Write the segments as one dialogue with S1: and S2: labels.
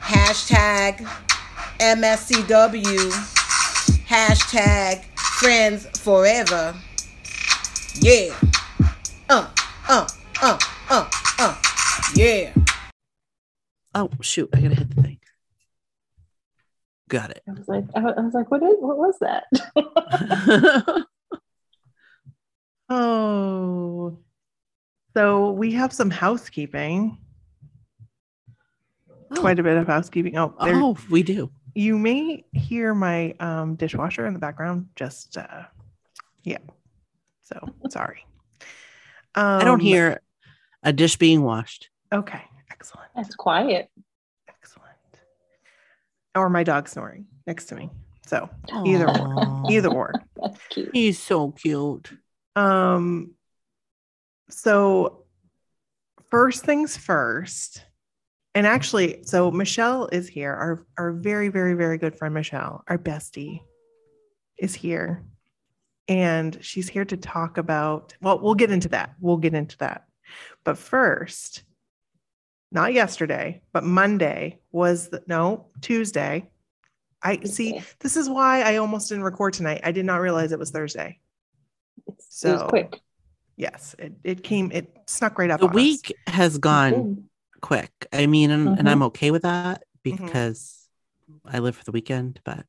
S1: hashtag MSCW, hashtag friends forever. Yeah. Uh, uh, uh, uh, uh. Yeah.
S2: Oh shoot! I gotta hit the thing. Got it.
S3: I was like, I was like, what is, what was that?
S4: Oh, so we have some housekeeping.
S2: Oh.
S4: Quite a bit of housekeeping. Oh, there,
S2: Oh, we do.
S4: you may hear my um, dishwasher in the background. Just, uh, yeah. So sorry. Um,
S2: I don't hear a dish being washed.
S4: Okay, excellent,
S3: That's quiet.
S4: excellent. Or my dog snoring next to me. So either or,
S2: Aw.
S4: either or.
S3: That's cute.
S2: He's so cute.
S4: Um, so first things first, and actually, so Michelle is here. Our our very very very good friend Michelle, our bestie, is here, and she's here to talk about. Well, we'll get into that. We'll get into that. But first, not yesterday, but Monday was the, no Tuesday. I see.
S3: Okay.
S4: This is why I almost didn't record tonight. I did not realize it was Thursday.
S3: It's, it was
S4: So,
S3: quick.
S4: Yes, it, it came, it snuck right up.
S2: The
S4: on us. Mm-hmm.
S2: week has gone
S3: Good.
S2: quick. I mean, and, and
S3: Mhm.
S2: I'm okay with that
S4: Mhm.
S2: because I live for the weekend. But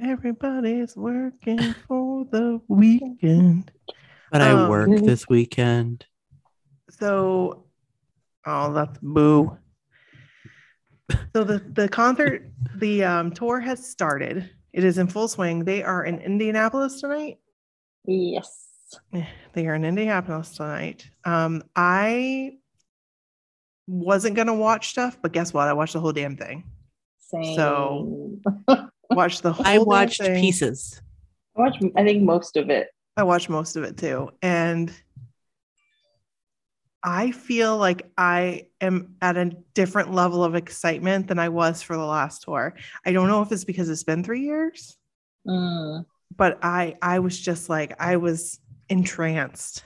S4: Everybody's working for the weekend.
S2: but I
S4: Um,
S2: work
S3: Mhm.
S2: this weekend.
S4: So, oh, that's boo. So the the concert, the um, tour has started. It is in full swing. They are in Indianapolis tonight.
S3: Yes.
S4: They are in Indianapolis tonight. Um, I wasn't gonna watch stuff, but guess what? I watched the whole damn thing.
S3: Same.
S4: So-
S3: I
S4: Watched the whole.
S2: I
S4: damn
S2: watched
S4: thing.
S2: pieces.
S3: watched, I think, most of it.
S4: I watched most of it too. And I feel like I am at a different level of excitement than I was for the last tour. I don't know if it's because it's been three years,
S3: Mm.
S4: but I I was just like I was entranced.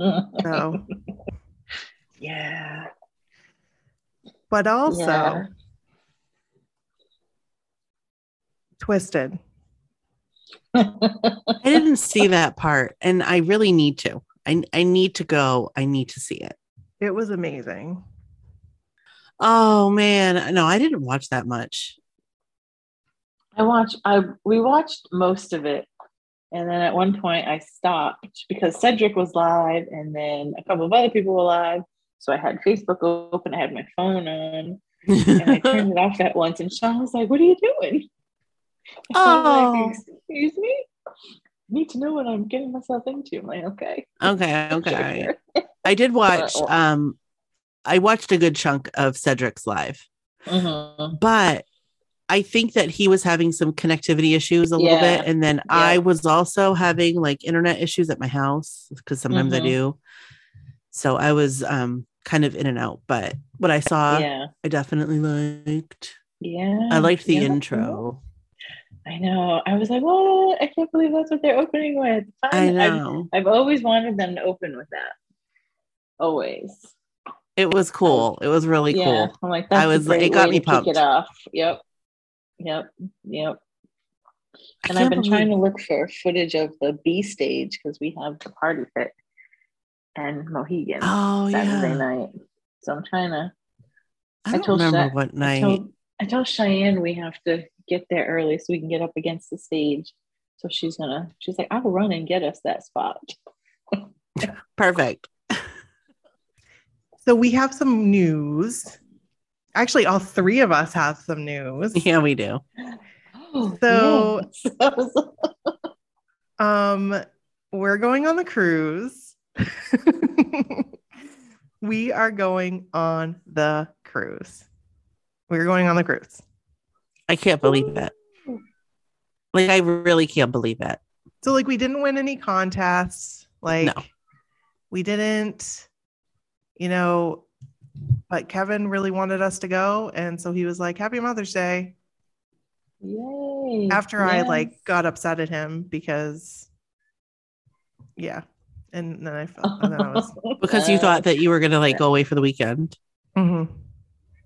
S3: Mm.
S4: So
S3: Yeah.
S4: but also
S3: Yeah.
S4: twisted.
S2: I didn't see that part, and I really need to. I I need to go. I need to see it.
S4: It was amazing.
S2: Oh man, no, I didn't watch that much.
S3: I watched. I we watched most of it, and then at one point I stopped because Cedric was live, and then a couple of other people were live. So I had Facebook open. I had my phone on, and I turned it off at once. And Sean was like, "What are you doing?" And I was like,
S2: Oh.
S3: excuse me. I need to know what I'm getting myself into. I'm like, okay,
S2: okay,
S3: Sure,
S2: okay.
S3: sure.
S2: I did watch
S3: Well-
S2: um I watched a good chunk of Cedric's live, Mm-hmm.
S3: Mhm.
S2: but I think that he was having some connectivity issues a little
S3: Yeah.
S2: bit and then
S3: Yeah.
S2: I was also having like internet issues at my house because sometimes
S3: Mhm.
S2: I do. So I was um kind of in and out, but what I saw
S3: yeah,
S2: Uh,
S3: Mm,
S2: I definitely liked.
S3: yeah.
S2: I liked the
S3: yeah.
S2: intro.
S3: I know. I was like, what? I can't believe that's what they're opening with. Fine.
S2: I
S3: I've-
S2: know.
S3: I've always wanted them to open with that. Always.
S2: It was cool. It was really
S3: yeah.
S2: cool.
S3: I'm like, that's
S2: I was-
S3: a great
S2: it got
S3: way
S2: me
S3: to kick
S2: pumped.
S3: it off. Yep. Yep. Yep.
S2: I
S3: And I've
S2: can't
S3: been
S2: believe-
S3: trying to look for footage of the B stage because we have the party pit and Mohegan
S2: Oh
S3: Saturday
S2: yeah.
S3: night. So I'm trying to.
S2: I
S3: I
S2: don't
S3: told
S2: remember
S3: Shaq-
S2: what
S3: I
S2: night.
S3: told, I told Cheyenne we have to get there early so we can get up against the stage. So she's gonna. She's like, I'll run and get us that spot.
S2: Perfect.
S4: So we have some news. Actually, all three of us have some news.
S2: Yeah, we do.
S3: Oh,
S4: So-
S3: yes. I was like,
S4: Um, we're going on the cruise. we are going on the cruise. We're going on the cruise.
S2: I can't believe it. Like I really can't believe it.
S4: So like we didn't win any contests. Like
S2: No.
S4: we didn't, you know, but Kevin really wanted us to go. And so he was like, Happy Mother's Day.
S3: Yay.
S4: After I
S3: Mm, yes.
S4: like got upset at him because yeah. And then I felt and then I was
S2: Because you
S3: Uh,
S2: thought that you were gonna like go away for the weekend,
S4: Mhm.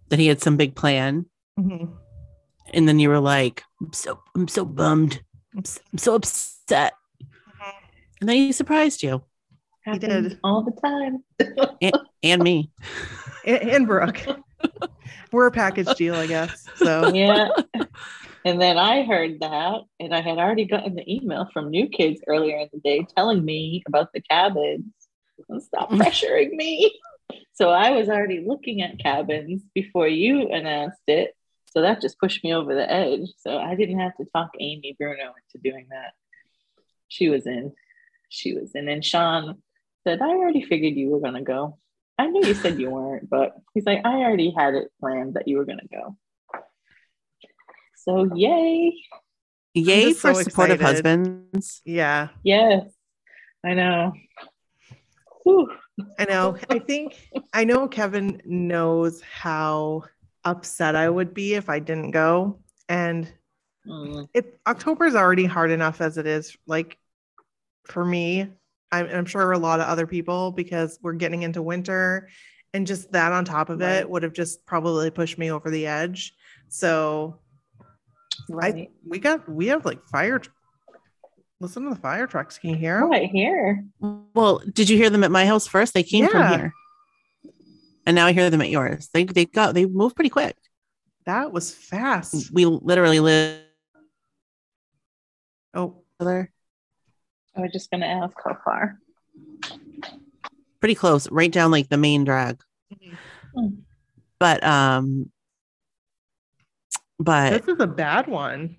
S2: that he had some big plan,
S4: Mhm.
S2: and then you were like, "I'm so I'm so bummed, I'm so, I'm so upset," and then he surprised you
S4: He did.
S3: happens all the time.
S2: and me.
S4: and, and Brooke. We're a package deal, I guess. So
S3: yeah. And then I heard that, and I had already gotten the email from New Kids earlier in the day telling me about the cabins. And Stop pressuring me. So I was already looking at cabins before you announced it. So that just pushed me over the edge. So I didn't have to talk Amy Bruno into doing that. She was in. She was in. And Sean said, I already figured you were going to go. I knew you said you weren't, but he's like, I already had it planned that you were going to go. So yay.
S2: Yay
S4: just
S2: for
S4: so
S2: supportive
S4: excited.
S2: husbands.
S4: yeah.
S3: Yes. I know. Whew.
S4: I know. I think I know Kevin knows how upset I would be if I didn't go. And
S3: Mm,
S4: it October's already hard enough as it is, like for me, I'm, and I'm sure a lot of other people because we're getting into winter, and just that on top of
S3: Right.
S4: it would have just probably pushed me over the edge. So
S3: right.
S4: I we got we have like fire. tr- Listen to the fire trucks. Can you hear 'em?
S3: Right here.
S2: Well, did you hear them at my house first? They came
S4: Yeah.
S2: from here, and now I hear them at yours. They they got they moved pretty quick.
S4: That was fast.
S2: We literally live.
S4: Oh,
S2: together.
S3: I was just going to ask how far.
S2: pretty close, right down like the main drag. Mm-hmm.
S3: Mm.
S2: But um but
S4: this is a bad one.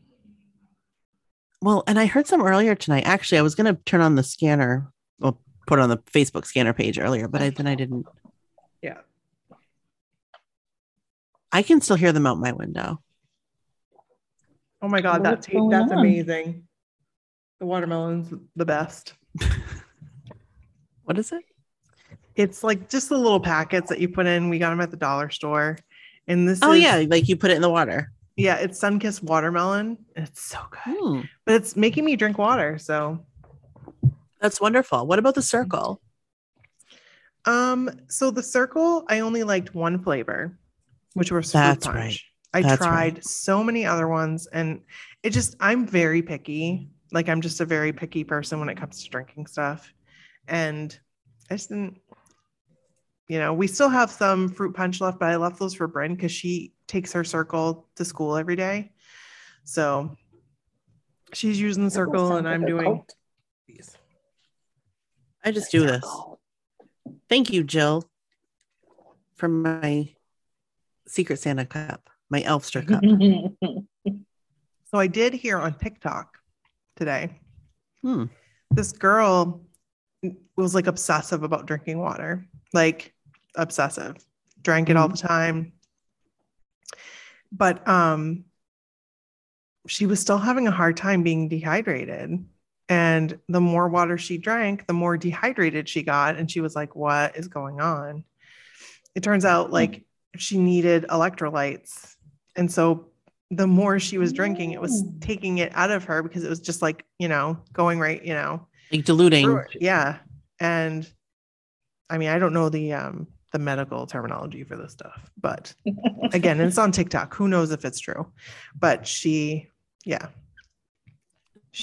S2: well, and I heard some earlier tonight. Actually, I was gonna turn on the scanner, well, put it on the Facebook scanner page earlier, but I, then I didn't.
S4: Yeah.
S2: I can still hear them out my window.
S4: Oh my god, that
S3: What's
S4: ta-
S3: going
S4: that's
S3: on?
S4: amazing. The watermelon's the best.
S2: What is it?
S4: It's like just the little packets that you put in. We got them at the dollar store. And this
S2: Oh
S4: is-
S2: yeah, like you put it in the water.
S4: yeah, it's Sunkissed watermelon. It's so good.
S2: Hmm,
S4: But it's making me drink water, so
S2: that's wonderful. What about the circle?
S4: um so the circle I only liked one flavor, which was fruit
S2: That's
S4: punch.
S2: right.
S4: I
S2: That's
S4: tried so many other ones and it just I'm very picky. Like I'm just a very picky person when it comes to drinking stuff. And I just didn't you know, we still have some fruit punch left, but I left those for Bryn because she takes her circle to school every day. So she's using the circle and I'm doing these.
S2: I just do this. Thank you, Jill, for my Secret Santa cup, my Elfster cup.
S3: Mm-hmm.
S4: So I did hear on TikTok today.
S2: Hmm.
S4: This girl was like obsessive about drinking water, like obsessive, drank it all the time. But um, she was still having a hard time being dehydrated. And the more water she drank, the more dehydrated she got. And she was like, What is going on? It turns out, like, she needed electrolytes. And so the more she was drinking, it was taking it out of her because it was just like, you know, going right, you know,
S2: like diluting.
S4: through it. yeah. And I mean, I don't know the um the medical terminology for this stuff, but again, it's on TikTok. Who knows if it's true? But she, yeah.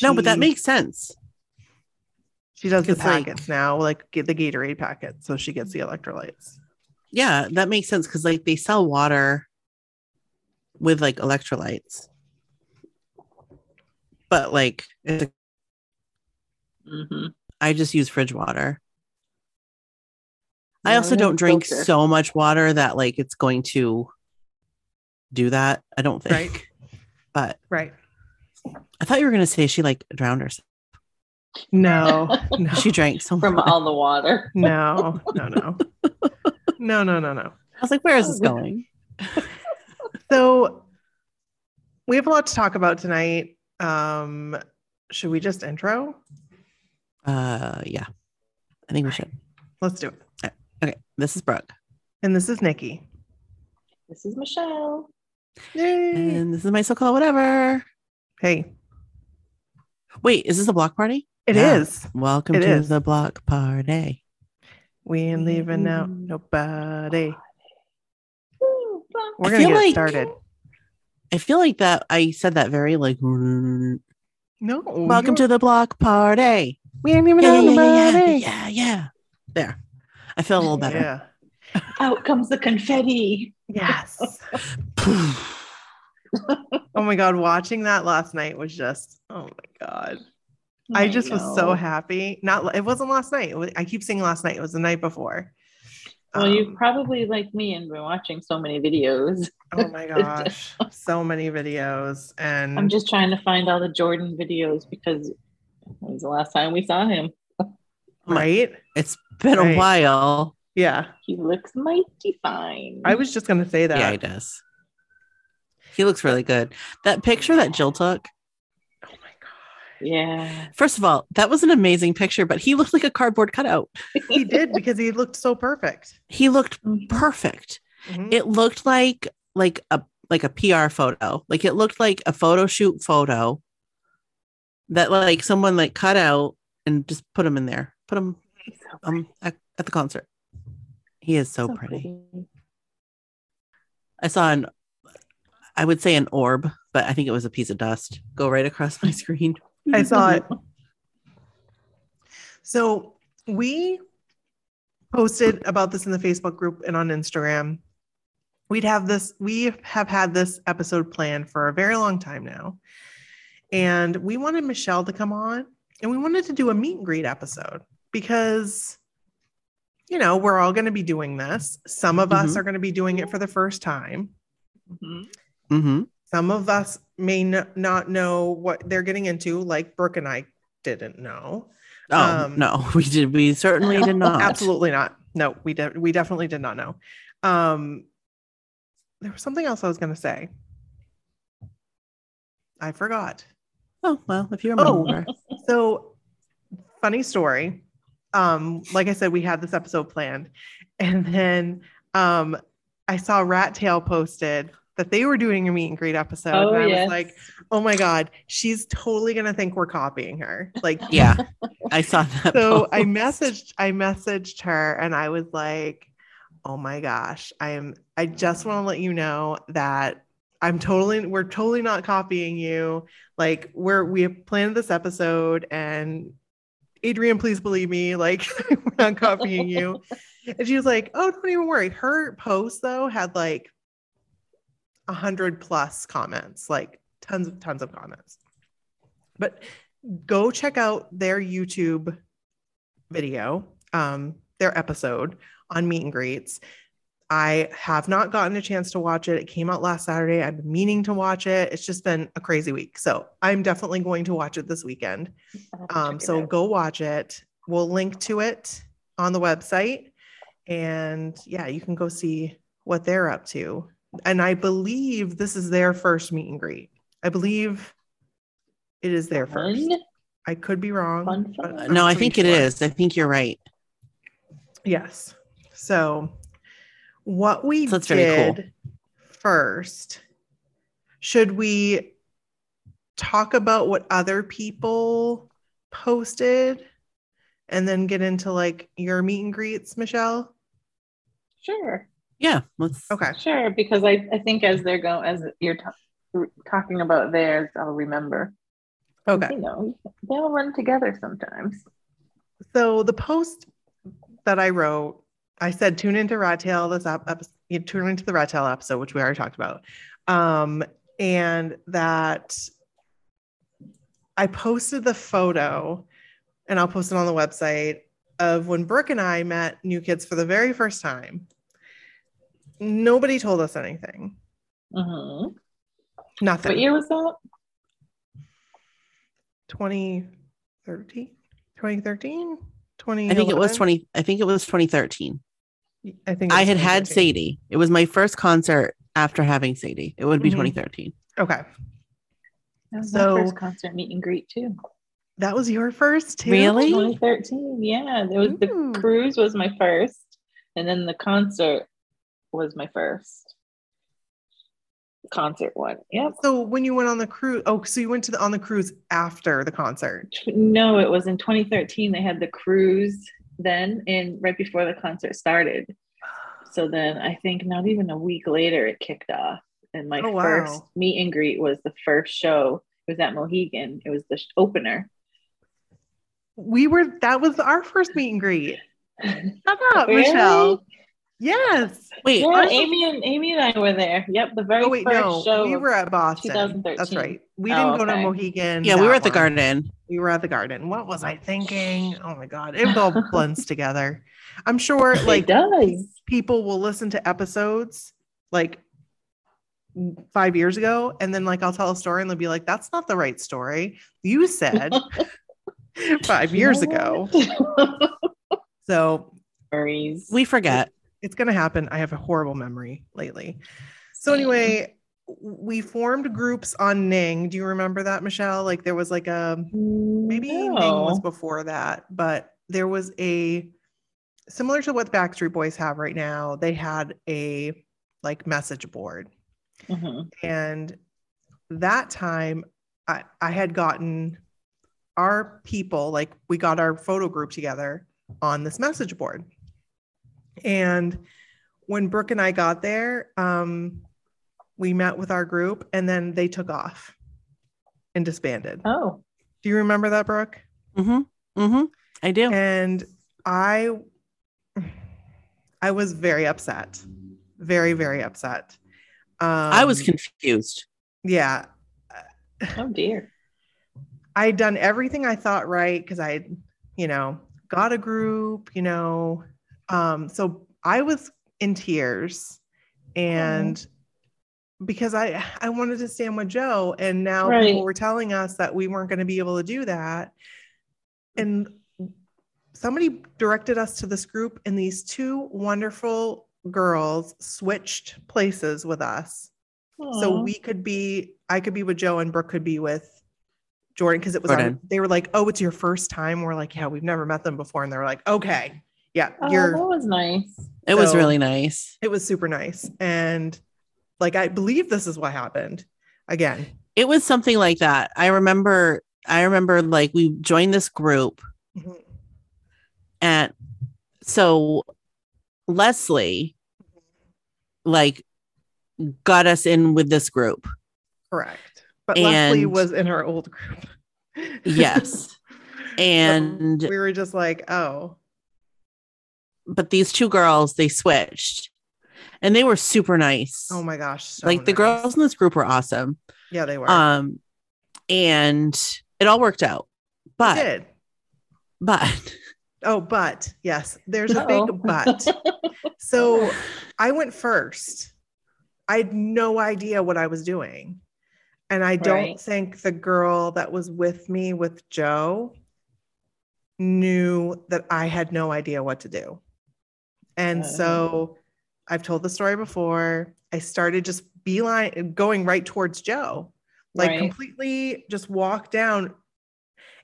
S2: No, but that
S4: She-
S2: makes sense.
S4: she does the
S2: it's like-
S4: packets now, like get the Gatorade packet, so she gets the electrolytes.
S2: Yeah, that makes sense because like they sell water with like electrolytes, but like it's-
S3: Mhm.
S2: I just use fridge water. I
S3: Yeah,
S2: also
S3: we
S2: don't drink
S3: filter.
S2: so much water that like it's going to do that. I don't think.
S4: Right.
S2: But
S4: Right.
S2: I thought you were gonna say she like drowned herself.
S4: No. No.
S2: She drank so much.
S3: from all the water.
S4: no. No. No. No. No. No. No.
S2: I was like, where is this going?
S4: So we have a lot to talk about tonight. Um, should we just intro?
S2: Uh, yeah, I think we should.
S4: Let's do it.
S2: Okay, this is Brooke,
S4: And this is Nikki.
S3: This is Michelle.
S4: Yay.
S2: and this is my so-called whatever.
S4: Hey,
S2: Wait, is this a block party?
S4: it is.
S2: Yeah. Welcome
S4: It
S2: to
S4: is.
S2: the block party.
S4: We ain't leaving out nobody.
S3: Woo, blah.
S4: We're
S2: I
S4: gonna
S2: feel
S4: get
S2: like-
S4: started.
S2: I feel like that I said that very like welcome
S4: No.
S2: to the block party.
S4: we ain't leaving
S2: Yeah,
S4: out
S2: yeah, yeah, yeah,
S4: nobody.
S2: yeah, yeah. There. I feel a little better.
S4: Yeah.
S3: Out comes the confetti.
S4: Yes. oh my god, watching that last night was just oh my god. I just was so
S3: know.
S4: happy. Not it wasn't last night. It was, I keep saying last night. It was the night before.
S3: Well, you
S4: Um,
S3: probably like me and been watching so many videos.
S4: Oh my gosh, so many videos and
S3: I'm just trying to find all the Jordan videos because when was the last time we saw him?
S4: right.
S2: It's been
S4: Right.
S2: a while.
S4: Yeah,
S3: He looks mighty fine.
S4: I was just gonna say that.
S2: Yeah, he does. He looks really good. That picture that Jill took,
S4: oh my god,
S3: yeah.
S2: first of all, that was an amazing picture, but he looked like a cardboard cutout.
S4: he did because he looked so perfect.
S2: He looked perfect.
S4: Mhm.
S2: It looked like like a like a PR photo. Like it looked like a photo shoot photo that like someone like cut out and just put him in there. Put him um at, at the concert. He is so, pretty. I saw an I would say an orb, but I think it was a piece of dust go right across my screen.
S4: I saw it. So we posted about this in the Facebook group and on Instagram. We'd have this, we have had this episode planned for a very long time now. And we wanted Michelle to come on and we wanted to do a meet and greet episode because, you know, we're all going to be doing this. Some of us
S2: Mhm.
S4: are going to be doing it for the first time.
S3: Mhm.
S2: Mm-hmm.
S4: Some of us may n- not know what they're getting into, like Brooke and I didn't know.
S2: Oh
S4: Um,
S2: no, we did. We certainly did not.
S4: Absolutely not. No, we de- we definitely did not know. Um, there was something else I was going to say. I forgot.
S2: Oh well, if you
S4: Oh.
S2: remember,
S4: So, funny story. Um, like I said, we had this episode planned, and then um, I saw Rat Tail posted that they were doing a meet and greet episode,
S3: Oh,
S4: and I
S3: yes.
S4: was like, "Oh my god, she's totally going to think we're copying her." Like,
S2: yeah, I saw that.
S4: so I
S2: post.
S4: messaged I messaged her and I was like, "Oh my gosh, I am I just want to let you know that I'm totally we're totally not copying you. Like we're we have planned this episode and Adrian, please believe me, like we're not copying you." And she was like, "Oh, don't even worry." Her post though had like a hundred plus comments, like tons of tons of comments. But go check out their YouTube video, um, their episode on meet and greets. I have not gotten a chance to watch it. It came out last Saturday. I've been meaning to watch it. It's just been a crazy week. So I'm definitely going to watch it this weekend.
S3: I'll have to
S4: Um,
S3: check it
S4: so
S3: out.
S4: go watch it. We'll link to it on the website. And yeah, you can go see what they're up to. And I believe this is their first meet and greet. I believe it is their first.
S3: Fun,
S4: I could be wrong.
S3: fun,
S4: but
S3: fun.
S4: I'm
S2: no, I
S4: pretty
S2: think it
S4: sure.
S2: is. I think you're right.
S4: Yes. So what we
S2: So that's
S4: did
S2: very cool.
S4: first, Should we talk about what other people posted and then get into like your meet and greets, Michelle?
S3: Sure,
S2: Yeah, let's.
S4: Okay.
S3: sure. Because I, I think as they're going, as you're ta- talking about theirs, I'll remember.
S4: Okay.
S3: You know, they all run together sometimes.
S4: So the post that I wrote, I said tune into Rat Tail this up, up you tune into the Rat Tail episode, which we already talked about, um, and that I posted the photo, and I'll post it on the website of when Brooke and I met New Kids for the very first time. Nobody told us anything.
S3: hmm What
S4: Nothing.
S3: year was that?
S4: 2013, 2013,
S2: I think it was
S4: 2011?
S2: 20. I think it was 2013.
S4: I think it
S2: I
S4: was
S2: had had
S4: 2013.
S2: Sadie. It was my first concert after having Sadie. It would be
S4: Mhm.
S2: 2013.
S4: Okay.
S3: That was
S4: So-
S3: my first concert meet and greet too.
S4: That was your first too.
S2: Really?
S3: 2013. Yeah, it was
S4: Ooh.
S3: the cruise was my first, and then the concert was my first concert one. Yep.
S4: So when you went on the cruise, oh, so you went to the on the cruise after the concert.
S3: Tw- No, it was in 2013. They had the cruise then, and right before the concert started. So then I think not even a week later it kicked off, and my
S4: Oh, wow.
S3: first meet and greet was the first show. It was at Mohegan. It was the sh- opener.
S4: We were that was our first meet and greet. How about
S3: Really?
S4: Michelle? Yes.
S2: Wait,
S3: Yeah,
S4: ours was-
S3: Amy and Amy and I were there. Yep, the very
S4: Oh wait,
S3: first
S4: no,
S3: show.
S4: we
S3: of-
S4: were at Boston.
S3: 2013.
S4: That's right. We
S3: Oh,
S4: didn't go to
S3: okay.
S4: Mohegan.
S2: yeah, we
S4: that
S2: were at the
S4: one.
S2: garden.
S4: We were at the garden. What was I thinking? Oh my god, it all blends together. I'm sure,
S3: it
S4: like
S3: does.
S4: people will listen to episodes like five years ago and then like i'll tell a story and they'll be like that's not the right story you said five years ago so
S3: Memories.
S2: We forget.
S4: it's going to happen i have a horrible memory lately so anyway we formed groups on ning do you remember that michelle like there was like a maybe Ning was
S3: Mm, No.
S4: before that, but there was a similar to what the Backstreet Boys have right now. They had a like message board,
S3: Mhm.
S4: and that time I, I had gotten our people like we got our photo group together on this message board, and when Brooke and I got there, um, we met with our group, and then they took off and disbanded.
S3: Oh,
S4: Do you remember that, Brooke?
S2: Mm-hmm. Mm-hmm. I do.
S4: and i i was very upset very very upset um,
S2: I was confused.
S4: yeah
S3: oh dear.
S4: i had done everything i thought right because i had, you know got a group you know um so i was in tears and because i i wanted to stand with joe and now
S3: Right.
S4: people were telling us that we weren't going to be able to do that and somebody directed us to this group and these two wonderful girls switched places with us so
S3: Aw.
S4: we could be i could be with joe and brooke could be with jordan because it was our-
S2: Jordan.
S4: they were like oh it's your first time we're like yeah we've never met them before and they were like okay yeah
S3: Oh,
S4: you're
S3: that was nice.
S2: It was
S4: So-
S2: really nice.
S4: it was super nice and like i believe this is what happened again
S2: It was something like that. I remember. I remember like we joined this group
S4: Mhm.
S2: and so Leslie
S4: Mm-hmm.
S2: like got us in with this group.
S4: correct but leslie
S2: And-
S4: was in our old group
S2: Yes. and
S4: we were just like oh
S2: but these two girls they switched and they were super nice.
S4: oh my gosh so
S2: like the
S4: nice.
S2: girls in this group were awesome.
S4: yeah they were
S2: Um and it all worked out.
S4: They
S2: But
S4: did.
S2: but
S4: oh but yes there's a
S3: Uh-oh.
S4: big but so i went first i had no idea what i was doing and i don't
S3: Right.
S4: think the girl that was with me with joe knew that i had no idea what to do and
S3: Oh.
S4: so i've told the story before i started just beeline going right towards joe like
S3: Right.
S4: completely just walked down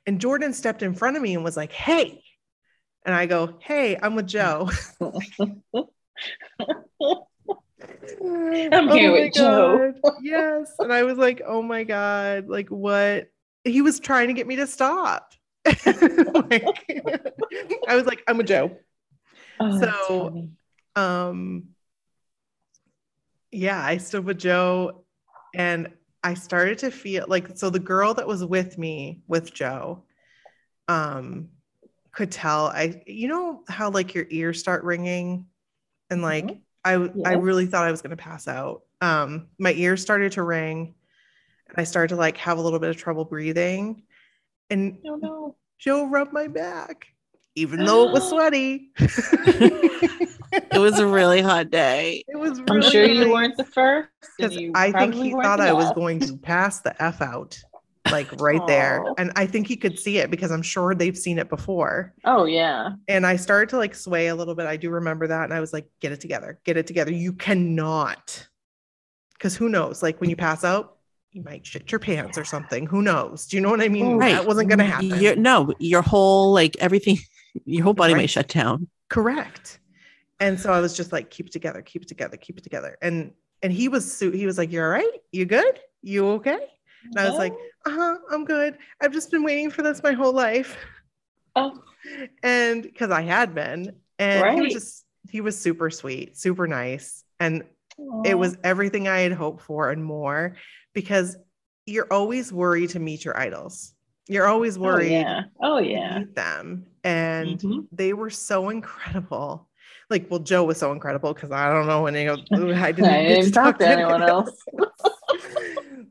S4: and jordan stepped in front of me and was like hey and i go hey i'm with joe I'm
S3: here with Joe.
S4: Oh yes. And I was like, oh my God, like what? He was trying to get me to stop. Like, I was like, I'm with Joe.
S3: Oh, that's
S4: So-
S3: funny.
S4: Um, yeah, I stood with Joe and I started to feel like so the girl that was with me with Joe um could tell I you know how like your ears start ringing and like I I
S3: Yes.
S4: really thought I was going to pass out. Um my ears started to ring and I started to like have a little bit of trouble breathing and
S3: No, no.
S4: Joe rubbed my back even though it was sweaty.
S2: It was a really hot day.
S4: It was
S3: I'm
S4: really
S3: sure you
S4: nice.
S3: weren't the first. and
S4: because
S3: you
S4: I think
S3: probably
S4: he
S3: weren't
S4: thought
S3: the
S4: I was
S3: last.
S4: going to pass the f out, like right there,
S3: Aw.
S4: and I think he could see it because I'm sure they've seen it before.
S3: Oh yeah.
S4: And I started to like sway a little bit. I do remember that, and I was like, "Get it together, get it together. You cannot, because who knows? Like when you pass out, you might shit your pants or something. Who knows? Do you know what I mean?
S2: Right.
S4: That wasn't going
S3: Mm,
S4: to happen.
S2: Your, no, your whole like everything, your whole body
S4: Right.
S2: might shut down.
S4: correct and so i was just like keep it together keep it together keep it together and and he was su- he was like you're all right you good you okay and i was like uh-huh i'm good i've just been waiting for this my whole life
S3: Oh.
S4: and because i had been and he
S3: Right.
S4: was just he was super sweet super nice and
S3: Oh.
S4: it was everything i had hoped for and more because you're always worried to meet your idols you're always
S3: Oh
S4: worried
S3: yeah. Oh
S4: to
S3: yeah.
S4: meet them and
S3: Mhm.
S4: they were so incredible. Like, well, Joe was so incredible because I don't know any of I didn't,
S3: I
S4: get
S3: didn't talk to anyone else.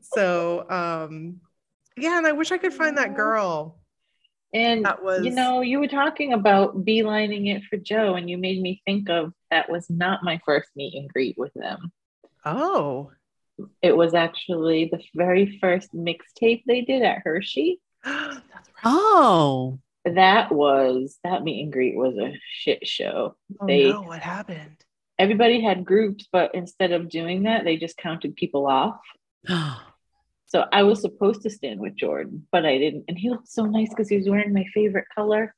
S4: so, um, yeah, and I wish I could find that
S3: Aw.
S4: girl.
S3: And
S4: That was
S3: you know, you were talking about beelining it for Joe, and you made me think of that was not my first meet and greet with them.
S4: oh,
S3: It was actually the very first mixtape they did at Hershey.
S4: that's right.
S2: Oh,
S3: That was that meet and greet was a shit show.
S4: Oh
S3: they-
S4: no, what happened?
S3: Everybody had groups, but instead of doing that, they just counted people off.
S4: Oh,
S3: So I was supposed to stand with Jordan, but I didn't. And he looked so nice because he was wearing my favorite color.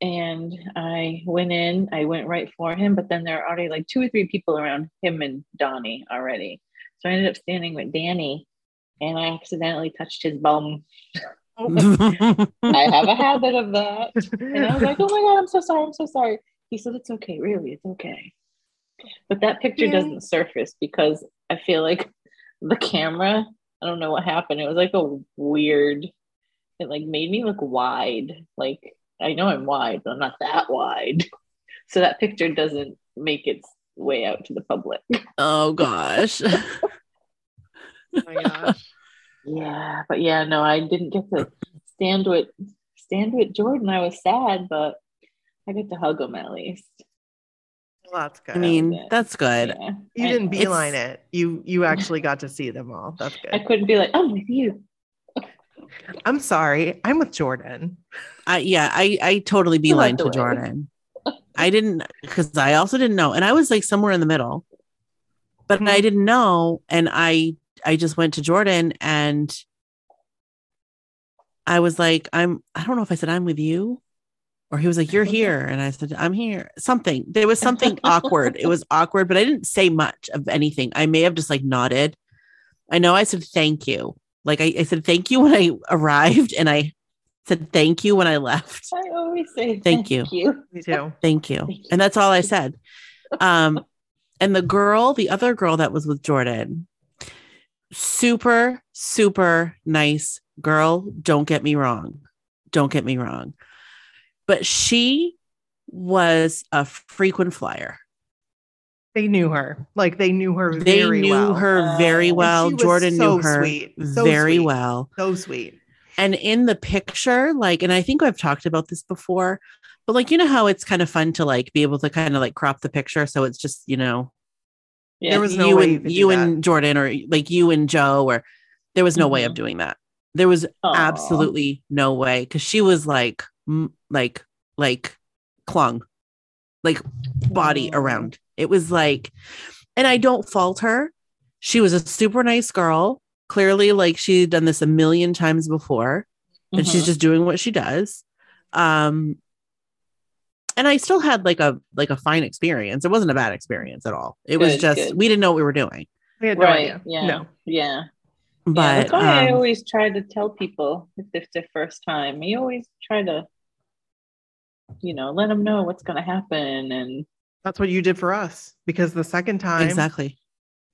S3: And I went in, I went right for him, but then there were already like two or three people around him and Donnie already. So I ended up standing with Danny and I accidentally touched his bum. I have a habit of that. And I was like, oh my God, I'm so sorry. I'm so sorry. He said, it's okay. Really, it's okay. But that picture
S4: Yeah.
S3: doesn't surface because I feel like the camera, I don't know what happened. It was like a weird, it like made me look wide. Like I know I'm wide, but I'm not that wide. So that picture doesn't make its way out to the public.
S2: oh gosh.
S4: oh my gosh.
S3: Yeah. But yeah, no, I didn't get to stand with stand with Jordan. I was sad, but I got to hug him at least.
S4: Well, that's good.
S2: I mean, that's good.
S3: Yeah.
S4: you
S3: I
S4: didn't
S3: know.
S4: beeline it. You you actually got to see them all. That's
S3: I
S4: good.
S3: couldn't be like, oh, I'm with you.
S4: I'm sorry. I'm with Jordan.
S2: I yeah, I I totally beeline
S3: the
S2: to
S3: way.
S2: Jordan. I didn't because I also didn't know, and I was like somewhere in the middle, but I didn't know, and I I just went to Jordan, and I was like, I'm I don't know if I said I'm with you, or he was like you're here, and I said I'm here. Something there was something awkward. It was awkward, but I didn't say much of anything. I may have just like nodded. I know I said thank you. Like I, I said thank you when I arrived, and I said thank you when I left.
S3: I always say
S2: Thank you.
S4: Me too.
S2: Thank you.
S3: Thank you.
S2: And that's all I said. Um, and the girl, the other girl that was with Jordan, super, super nice girl. Don't get me wrong. Don't get me wrong. But she was a frequent flyer.
S4: They knew her. Like they knew her.
S2: They
S4: very
S2: knew
S4: well.
S2: her very
S3: Uh, And
S2: well.
S4: she was
S2: Jordan
S4: so
S2: knew her
S4: sweet, so
S2: very
S4: sweet.
S2: well.
S4: So sweet.
S2: And in the picture, like, and I think I've talked about this before, but like, you know how it's kind of fun to like be able to kind of like crop the picture. So it's just, you know,
S3: Yeah.
S4: There was no
S2: you
S4: way you
S2: and
S4: could do
S2: you
S4: that. Mm-hmm.
S2: and Jordan or like you and Joe or there was no way of doing that. There was
S3: Aw.
S2: absolutely no way because she was like m- like like clung like body
S3: Oh.
S2: around. It was like, and I don't fault her. She was a super nice girl. Clearly, like she'd done this a million times before, and she's
S3: Mhm.
S2: just doing what she does. Um, and I still had like a like a fine experience. It wasn't a bad experience at all. It was
S3: Good,
S2: just
S3: good.
S2: we didn't know what we were doing.
S4: We had no
S3: right.
S4: idea.
S3: Yeah.
S4: No.
S3: Yeah.
S2: But
S3: yeah, that's why I
S2: um,
S3: always try to tell people if it's their first time. You always try to, you know, let them know what's going to happen. And
S4: That's what you did for us because the second time,
S2: exactly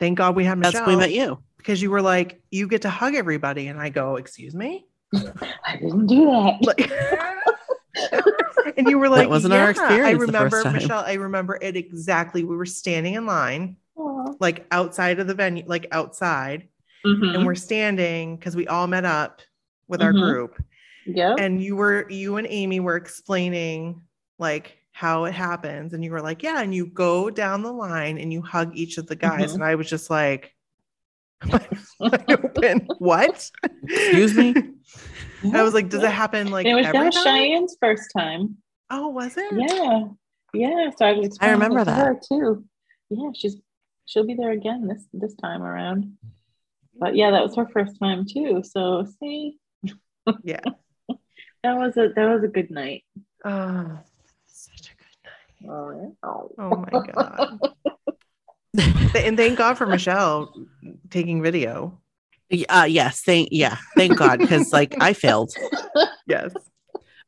S4: thank God we had
S2: that's
S4: Michelle.
S2: when we met you.
S4: Because you were like, you get to hug everybody. And I go, excuse me?
S3: I didn't do that.
S4: Like, and you were like,
S2: wasn't our
S4: "Yeah, I
S2: experience the
S4: remember,
S2: first time."
S4: Michelle, I remember it exactly. We were standing in line,
S3: Aw.
S4: like outside of the venue, like outside, and
S2: Mm-hmm.
S3: Mhm.
S4: we're standing because we all met up with
S3: Mhm.
S4: our group.
S3: Yep.
S4: And you were, you and Amy were explaining like how it happens. And you were like, yeah. And you go down the line and you hug each of the guys.
S2: Mm-hmm.
S3: Mhm.
S4: And I was just like, wide open. what?
S2: Excuse me?
S4: I was like, does it happen like
S3: And it was
S4: every
S3: that
S4: time?
S3: Cheyenne's first time.
S4: Oh, was it?
S3: Yeah. Yeah. So I was explaining it
S2: remember
S3: to
S2: that.
S3: her too. Yeah, she's she'll be there again this this time around. But yeah, that was her first time too. So see,
S4: Yeah.
S3: that was a that was a good night.
S4: Oh, such a good night.
S3: Oh, yeah.
S4: Oh my god. Th- and thank God for Michelle taking video.
S2: Uh, yes, thank yeah, thank God because like I failed.
S4: Yes.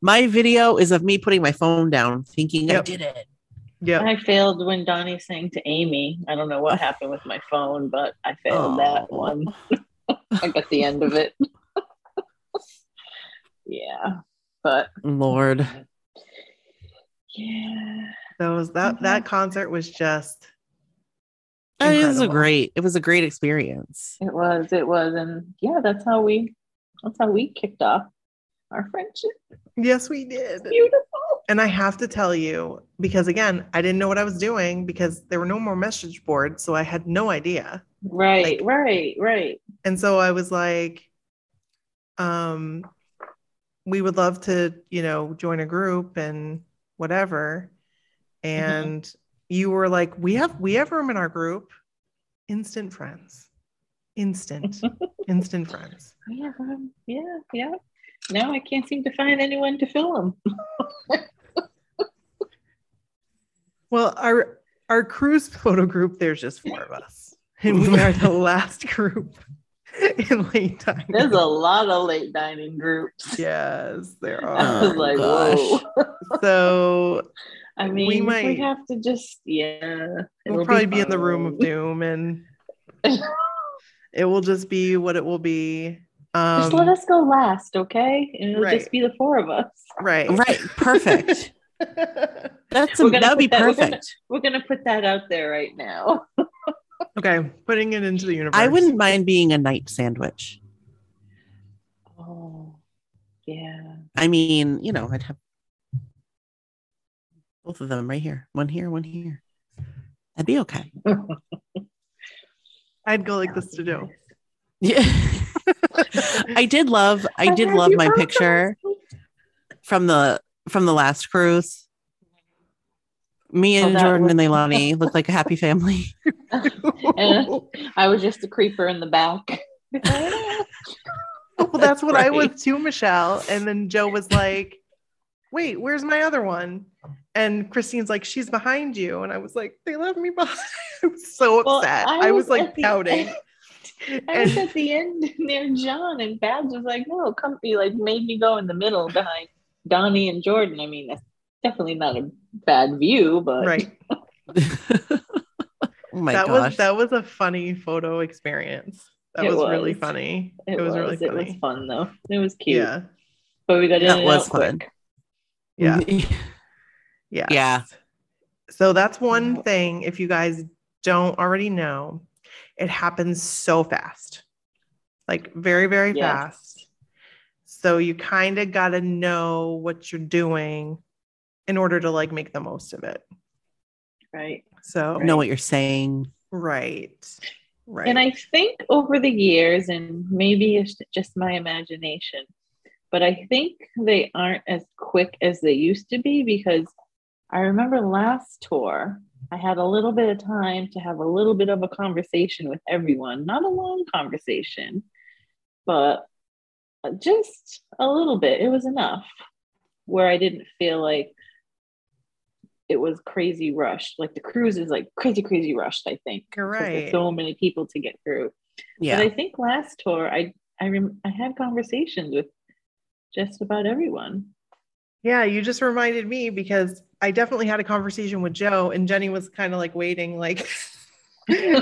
S2: My video is of me putting my phone down, thinking I
S4: Yep.
S2: did it.
S4: Yep.
S3: I failed when Donnie sang to Amy. I don't know what happened with my phone, but I failed that
S2: Oh.
S3: one. I got the end of it. yeah. But
S2: Lord,
S3: yeah.
S4: That was that that concert was just
S2: it was a
S4: Incredible.
S2: great. It was a great experience.
S3: It was, it was, and yeah, that's how we that's how we kicked off our friendship.
S4: yes, we did.
S3: Beautiful.
S4: And I have to tell you, because again, I didn't know what I was doing because there were no more message boards. So I had no idea.
S3: Right,
S4: Like-
S3: right, right.
S4: And so I was like, um, we would love to, you know, join a group and whatever.
S3: Mm-hmm.
S4: And you were like, we have we have room in our group. Instant friends. Instant, instant friends.
S3: Yeah, um, yeah, yeah. Now I can't seem to find anyone to fill them.
S4: Well, our our cruise photo group, there's just four of us. And we are the last group in late time.
S3: There's a lot of late dining groups.
S4: yes, there
S3: I
S4: are.
S3: was like,
S2: gosh.
S3: whoa.
S4: So
S3: I
S4: We
S3: mean, we,
S4: might-
S3: have to just, yeah.
S4: we'll
S3: it'll
S4: probably be, in the room of
S3: fun.
S4: doom and it will just be what it will be um
S3: just let us go last, okay? And it'll just
S4: right.
S3: be the four of us.
S4: Um, right
S2: Right, perfect. That's
S3: We're
S2: a,
S3: gonna
S2: that would
S3: put
S2: be
S3: that- we're gonna-
S2: perfect.
S3: We're going to put that out there right now.
S4: okay putting it into the universe
S2: I wouldn't mind being a night sandwich.
S3: Oh, yeah.
S2: I mean, you know, I'd have both of them right here, one here, one here. That'd be okay.
S4: i'd go like this to do
S2: Yeah. I did love I did
S3: have
S2: love
S3: you
S2: my
S3: out
S2: picture from the from the last cruise. Me
S3: Oh,
S2: and
S3: that
S2: Jordan
S3: was-
S2: and Leilani looked like a happy family.
S3: And I was just a creeper in the back.
S4: well that's what i
S3: Right.
S4: was too michelle and then joe was like wait where's my other one and christine's like she's behind you and i was like they left me behind i was so
S3: Well,
S4: upset i, was,
S3: at
S4: like
S3: the
S4: pouting
S3: end- I was
S4: And-
S3: at the end near John, and Babs was like, "No, come." He like made me go in the middle behind Donnie and Jordan. I mean, that's definitely not a bad view, but
S4: right
S2: oh my
S4: that
S2: gosh.
S4: was that was a funny photo experience that
S3: It
S4: was, really
S3: was.
S4: funny
S3: it,
S4: it, was, really funny
S3: It was fun though. It was cute.
S4: yeah
S3: But we got in
S2: That
S3: and
S2: was
S3: out
S2: fun.
S3: quick.
S4: yeah yeah
S2: yeah. Mm-hmm. Yeah.
S4: so that's one
S3: Yeah.
S4: thing if you guys don't already know it happens so fast like very very
S3: Yes.
S4: fast so you kind of got to know what you're doing in order to like make the most of it
S3: Right.
S4: so
S2: Know what you're saying.
S4: right right
S3: And I think over the years, and maybe it's just my imagination, but I think they aren't as quick as they used to be because I remember last tour, I had a little bit of time to have a little bit of a conversation with everyone, not a long conversation, but just a little bit. It was enough where I didn't feel like it was crazy rushed. Like the cruise is like crazy, crazy rushed. I think 'cause
S4: You're
S3: there's
S4: right.
S3: so many people to get through.
S2: Yeah.
S3: But I think last tour, I I rem- I had conversations with just about everyone.
S4: Yeah, you just reminded me because I definitely had a conversation with Joe and Jenny was kind of like waiting, like, and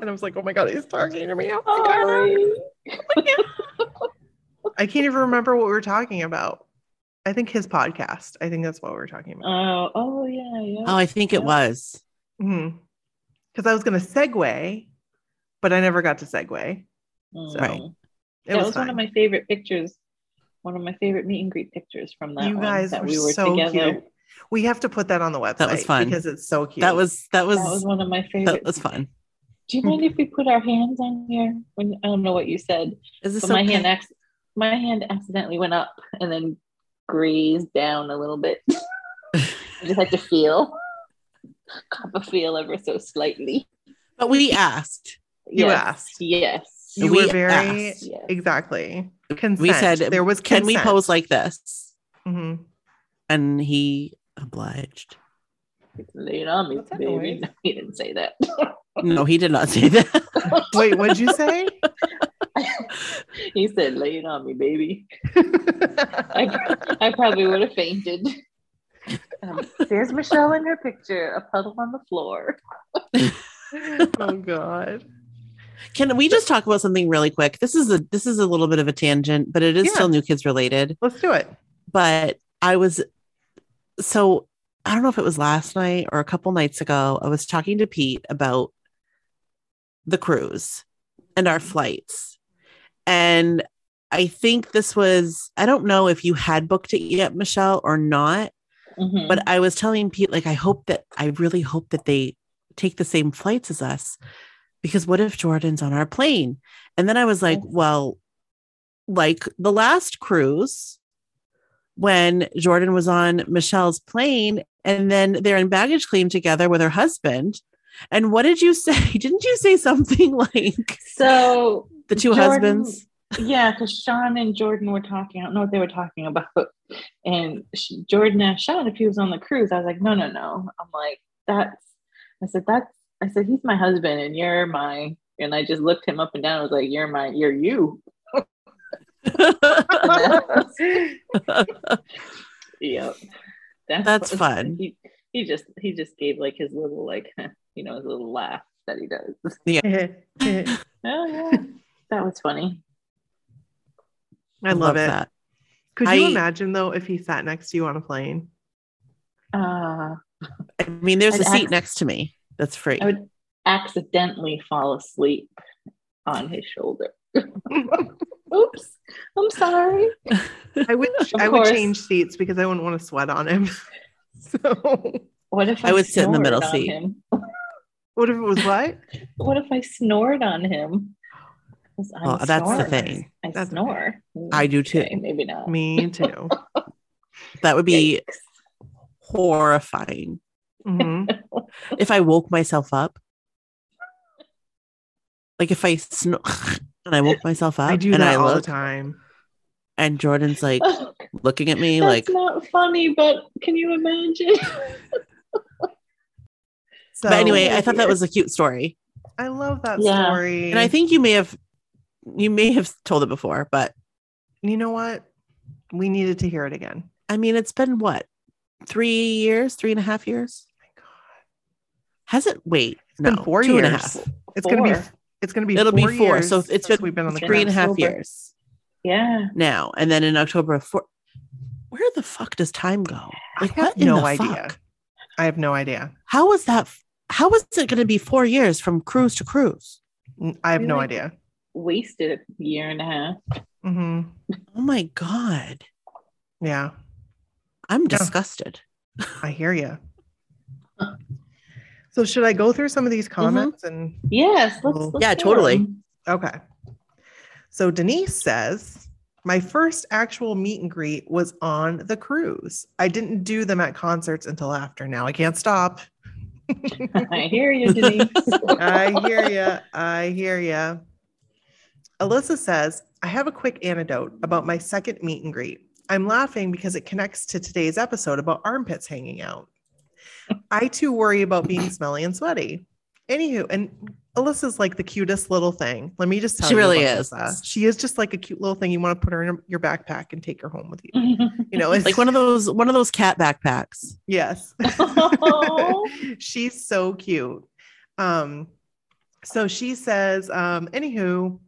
S4: I was like, oh my God, he's talking to me. Oh my God. I can't even remember what we were talking about. I think his podcast. I think that's what we were talking about.
S3: oh, oh yeah, yeah.
S2: oh, I think it was.
S3: Oh.
S4: Because Mm-hmm. I was going to segue, but I never got to segue.
S3: Mm.
S4: so
S3: Right.
S4: It
S3: that
S4: was,
S3: was, one of
S4: fine.
S3: my favorite pictures. One of my favorite meet and greet pictures from that
S4: You
S3: one
S4: guys
S3: that
S4: were
S3: we were
S4: so
S3: together.
S4: cute. We have to put that on the website
S2: was fun.
S4: because it's so cute.
S2: That was that was
S3: That was one of my
S2: that
S3: favorite.
S2: was fun.
S3: Do you mind if we put our hands on here? When I don't know what you said,
S2: Is this
S3: but my
S2: okay?
S3: hand acc- my hand accidentally went up and then grazed down a little bit. I just had to feel, cop a feel ever so slightly.
S2: But we asked.
S4: You
S3: yes,
S4: asked.
S3: Yes.
S4: you
S2: we
S4: were very
S2: asked.
S3: yes.
S4: exactly consent.
S2: We said,
S4: there was
S2: Can we
S4: consent.
S2: pose like this?
S4: Mhm.
S2: And he obliged.
S3: Lean on me,
S4: What's that
S3: baby.
S4: noise?
S3: No, he didn't say that.
S2: No, he did not say that.
S4: Wait, what'd you say?
S3: he said, "Lean on me, baby." I,
S4: I
S3: pro- I probably would have fainted. Um, there's Michelle in her picture, a puddle on the floor.
S4: oh god
S2: Can we just talk about something really quick? This is a this is a little bit of a tangent, but it is
S4: Yeah.
S2: still new kids related.
S4: let's do it
S2: But I was so I don't know if it was last night or a couple nights ago. I was talking to Pete about the cruise and our flights. And I think this was I don't know if you had booked it yet, Michelle, or not,
S3: Mhm.
S2: but I was telling Pete like I hope that I really hope that they take the same flights as us because what if Jordan's on our plane? And then I was like,
S3: Yes.
S2: well, like the last cruise when Jordan was on Michelle's plane and then they're in baggage claim together with her husband. And what did you say? Didn't you say something like
S3: so
S2: the two
S3: Jordan-
S2: husbands?
S3: yeah, because Sean and Jordan were talking. I don't know what they were talking about. And sh Jordan asked Sean if he was on the cruise. I was like, no, no, no. I'm like, that's. I said that's. I said he's my husband, and you're my. And I just looked him up and down. I was like, you're my. You're you. Yep. That
S2: That's
S3: was-
S2: fun.
S3: He, he just he just gave like his little like you know his little laugh that he does.
S4: i
S3: Oh yeah, that was funny.
S4: love, it
S2: that.
S4: could you
S2: I-
S4: imagine though if he sat next to you on a plane
S3: Uh,
S2: I mean, there's
S3: I'd
S2: a seat
S3: ask-
S2: next to me that's free.
S3: I would accidentally fall asleep on his shoulder. Oops, I'm sorry.
S4: i would
S3: Of
S4: i would
S3: course.
S4: change seats because i wouldn't want to sweat on him so
S3: What if I,
S2: I would sit in the
S3: snored
S2: middle
S3: on
S2: seat.
S3: Him?
S4: what if it was what
S3: What if I snored on him? 'Cause I'm
S2: Well, that's the
S3: snoring.
S2: thing.
S3: I
S4: That's the
S3: snore.
S2: I do too.
S3: Okay, maybe not.
S4: me too
S2: That would be
S3: Yikes.
S2: horrifying.
S4: Mhm.
S2: if I woke myself up, like if I sno and I woke myself up,
S4: i do
S2: and
S4: that
S2: I
S4: all
S2: look,
S4: the time
S2: and Jordan's like looking at me,
S3: That's
S2: like
S3: not funny, but can you imagine?
S4: so
S2: but anyway, I thought that
S3: weird.
S2: was a cute story,
S4: i love that
S3: Yeah.
S4: story
S2: and I think you may have, you may have told it before, but
S4: you know what we needed to hear it again
S2: I mean, it's been what three years, three and a half years?
S4: Oh my God.
S2: Has it? Wait,
S4: it's been
S2: no,
S4: four
S2: two
S4: years
S2: and a half,
S4: it's gonna be
S3: Four.
S4: it's gonna be
S2: It'll be four.
S4: years
S2: So it's been
S4: since we've been on the
S3: Yeah.
S2: three and a half
S3: October.
S2: years
S3: Yeah.
S2: now, and then in October four. Where the fuck does time go? Like
S4: I
S2: what
S4: have
S2: in
S4: no
S2: the
S4: idea.
S2: fuck?
S4: I have no idea.
S2: How was that? How was it going to be four years from cruise to cruise?
S4: N- I have
S3: We
S4: no
S3: like-
S4: idea.
S3: wasted a year and a half.
S4: hmm
S2: Oh my God.
S4: Yeah,
S2: I'm disgusted.
S4: I hear you. So should I go through some of these
S2: Mm-hmm.
S4: comments and
S3: Yes, let's,
S4: Well,
S3: let's
S2: yeah,
S3: hear
S2: totally.
S3: 'em.
S4: okay. So Denise says, my first actual meet and greet was on the cruise. I didn't do them at concerts until after. Now I can't stop.
S3: I hear you, Denise.
S4: I hear ya. I hear ya. Alyssa says, I have a quick anecdote about my second meet and greet. I'm laughing because it connects to today's episode about armpits hanging out. I too worry about being smelly and sweaty. Anywho, and Alyssa's like the cutest little thing. Let me just tell
S2: She
S4: you.
S2: really
S4: about
S2: is.
S4: Alyssa. She is just like a cute little thing. You want to put her in your backpack and take her home with you. You know, it's
S2: Like one of those one of those cat backpacks.
S4: Yes.
S3: Oh.
S4: She's so cute. Um, so she says, um, anywho,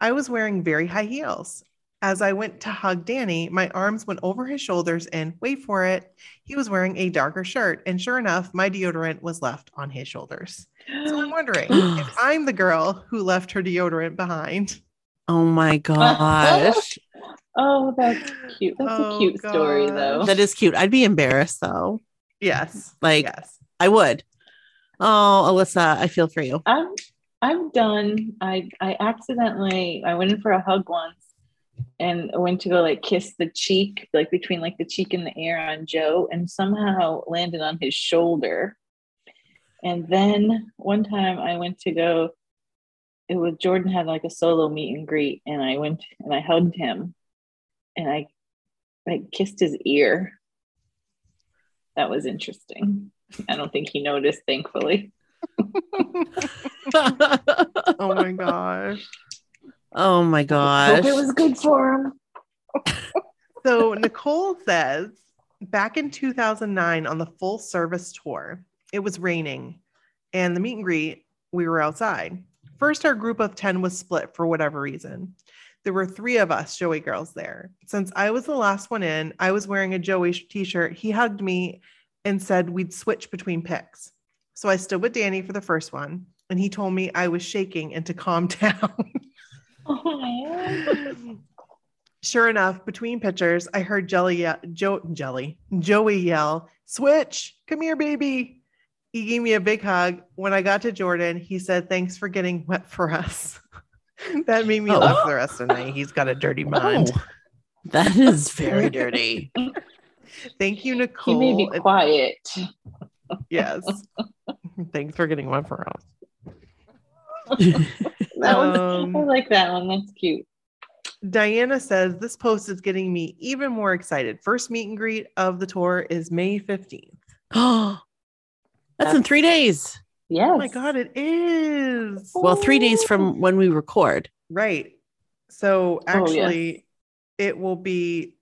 S4: I was wearing very high heels. As I went to hug Danny, my arms went over his shoulders and wait for it, he was wearing a darker shirt. And sure enough, my deodorant was left on his shoulders. So I'm wondering if I'm the girl who left her deodorant behind.
S2: Oh my gosh.
S3: oh, that's cute. That's a
S4: Oh,
S3: cute story, though.
S4: gosh.
S2: that is cute. I'd be embarrassed though.
S4: Yes.
S2: Like
S4: Yes.
S2: I would. Oh, Alyssa, I feel for you.
S3: I'm I'm done. I I accidentally I went in for a hug once and I went to go like kiss the cheek, like between like the cheek and the air on Joe, and somehow landed on his shoulder. And then one time I went to go it was Jordan had like a solo meet and greet and I went and I hugged him and I like kissed his ear. That was interesting. I don't think he noticed, thankfully.
S4: Oh my gosh.
S2: oh my
S3: Hope
S2: gosh.
S3: it was good for him.
S4: So Nicole says, back in 2009 on the full service tour, it was raining and the meet and greet, we were outside. First, our group of 10 was split for whatever reason. There were three of us Joey girls there. Since I was the last one in, I was wearing a Joey t shirt. He hugged me and said we'd switch between picks. So I stood with Danny for the first one, and he told me I was shaking and to calm down. Sure enough, between pitchers, I heard Jelly ye- Joe Jelly Joey yell, "Switch! Come here, baby!" He gave me a big hug. When I got to Jordan, he said, "Thanks for getting wet for us." that made me
S2: Oh.
S4: laugh the rest of the night. He's got a dirty mind.
S2: Oh, that is very dirty.
S4: Thank you,
S3: he
S4: Nicole.
S3: may be
S4: And-
S3: quiet.
S4: yes. Thanks for getting wet for us.
S3: That was,
S4: Um,
S3: I like that one. That's cute.
S4: Diana says this post is getting me even more excited. First meet and greet of the tour is May 15th.
S2: Oh, that's in three days.
S3: Yes.
S4: Oh my god, it is.
S2: Well, three days from when we record.
S4: Right. So
S3: Oh, yeah.
S4: actually, it will be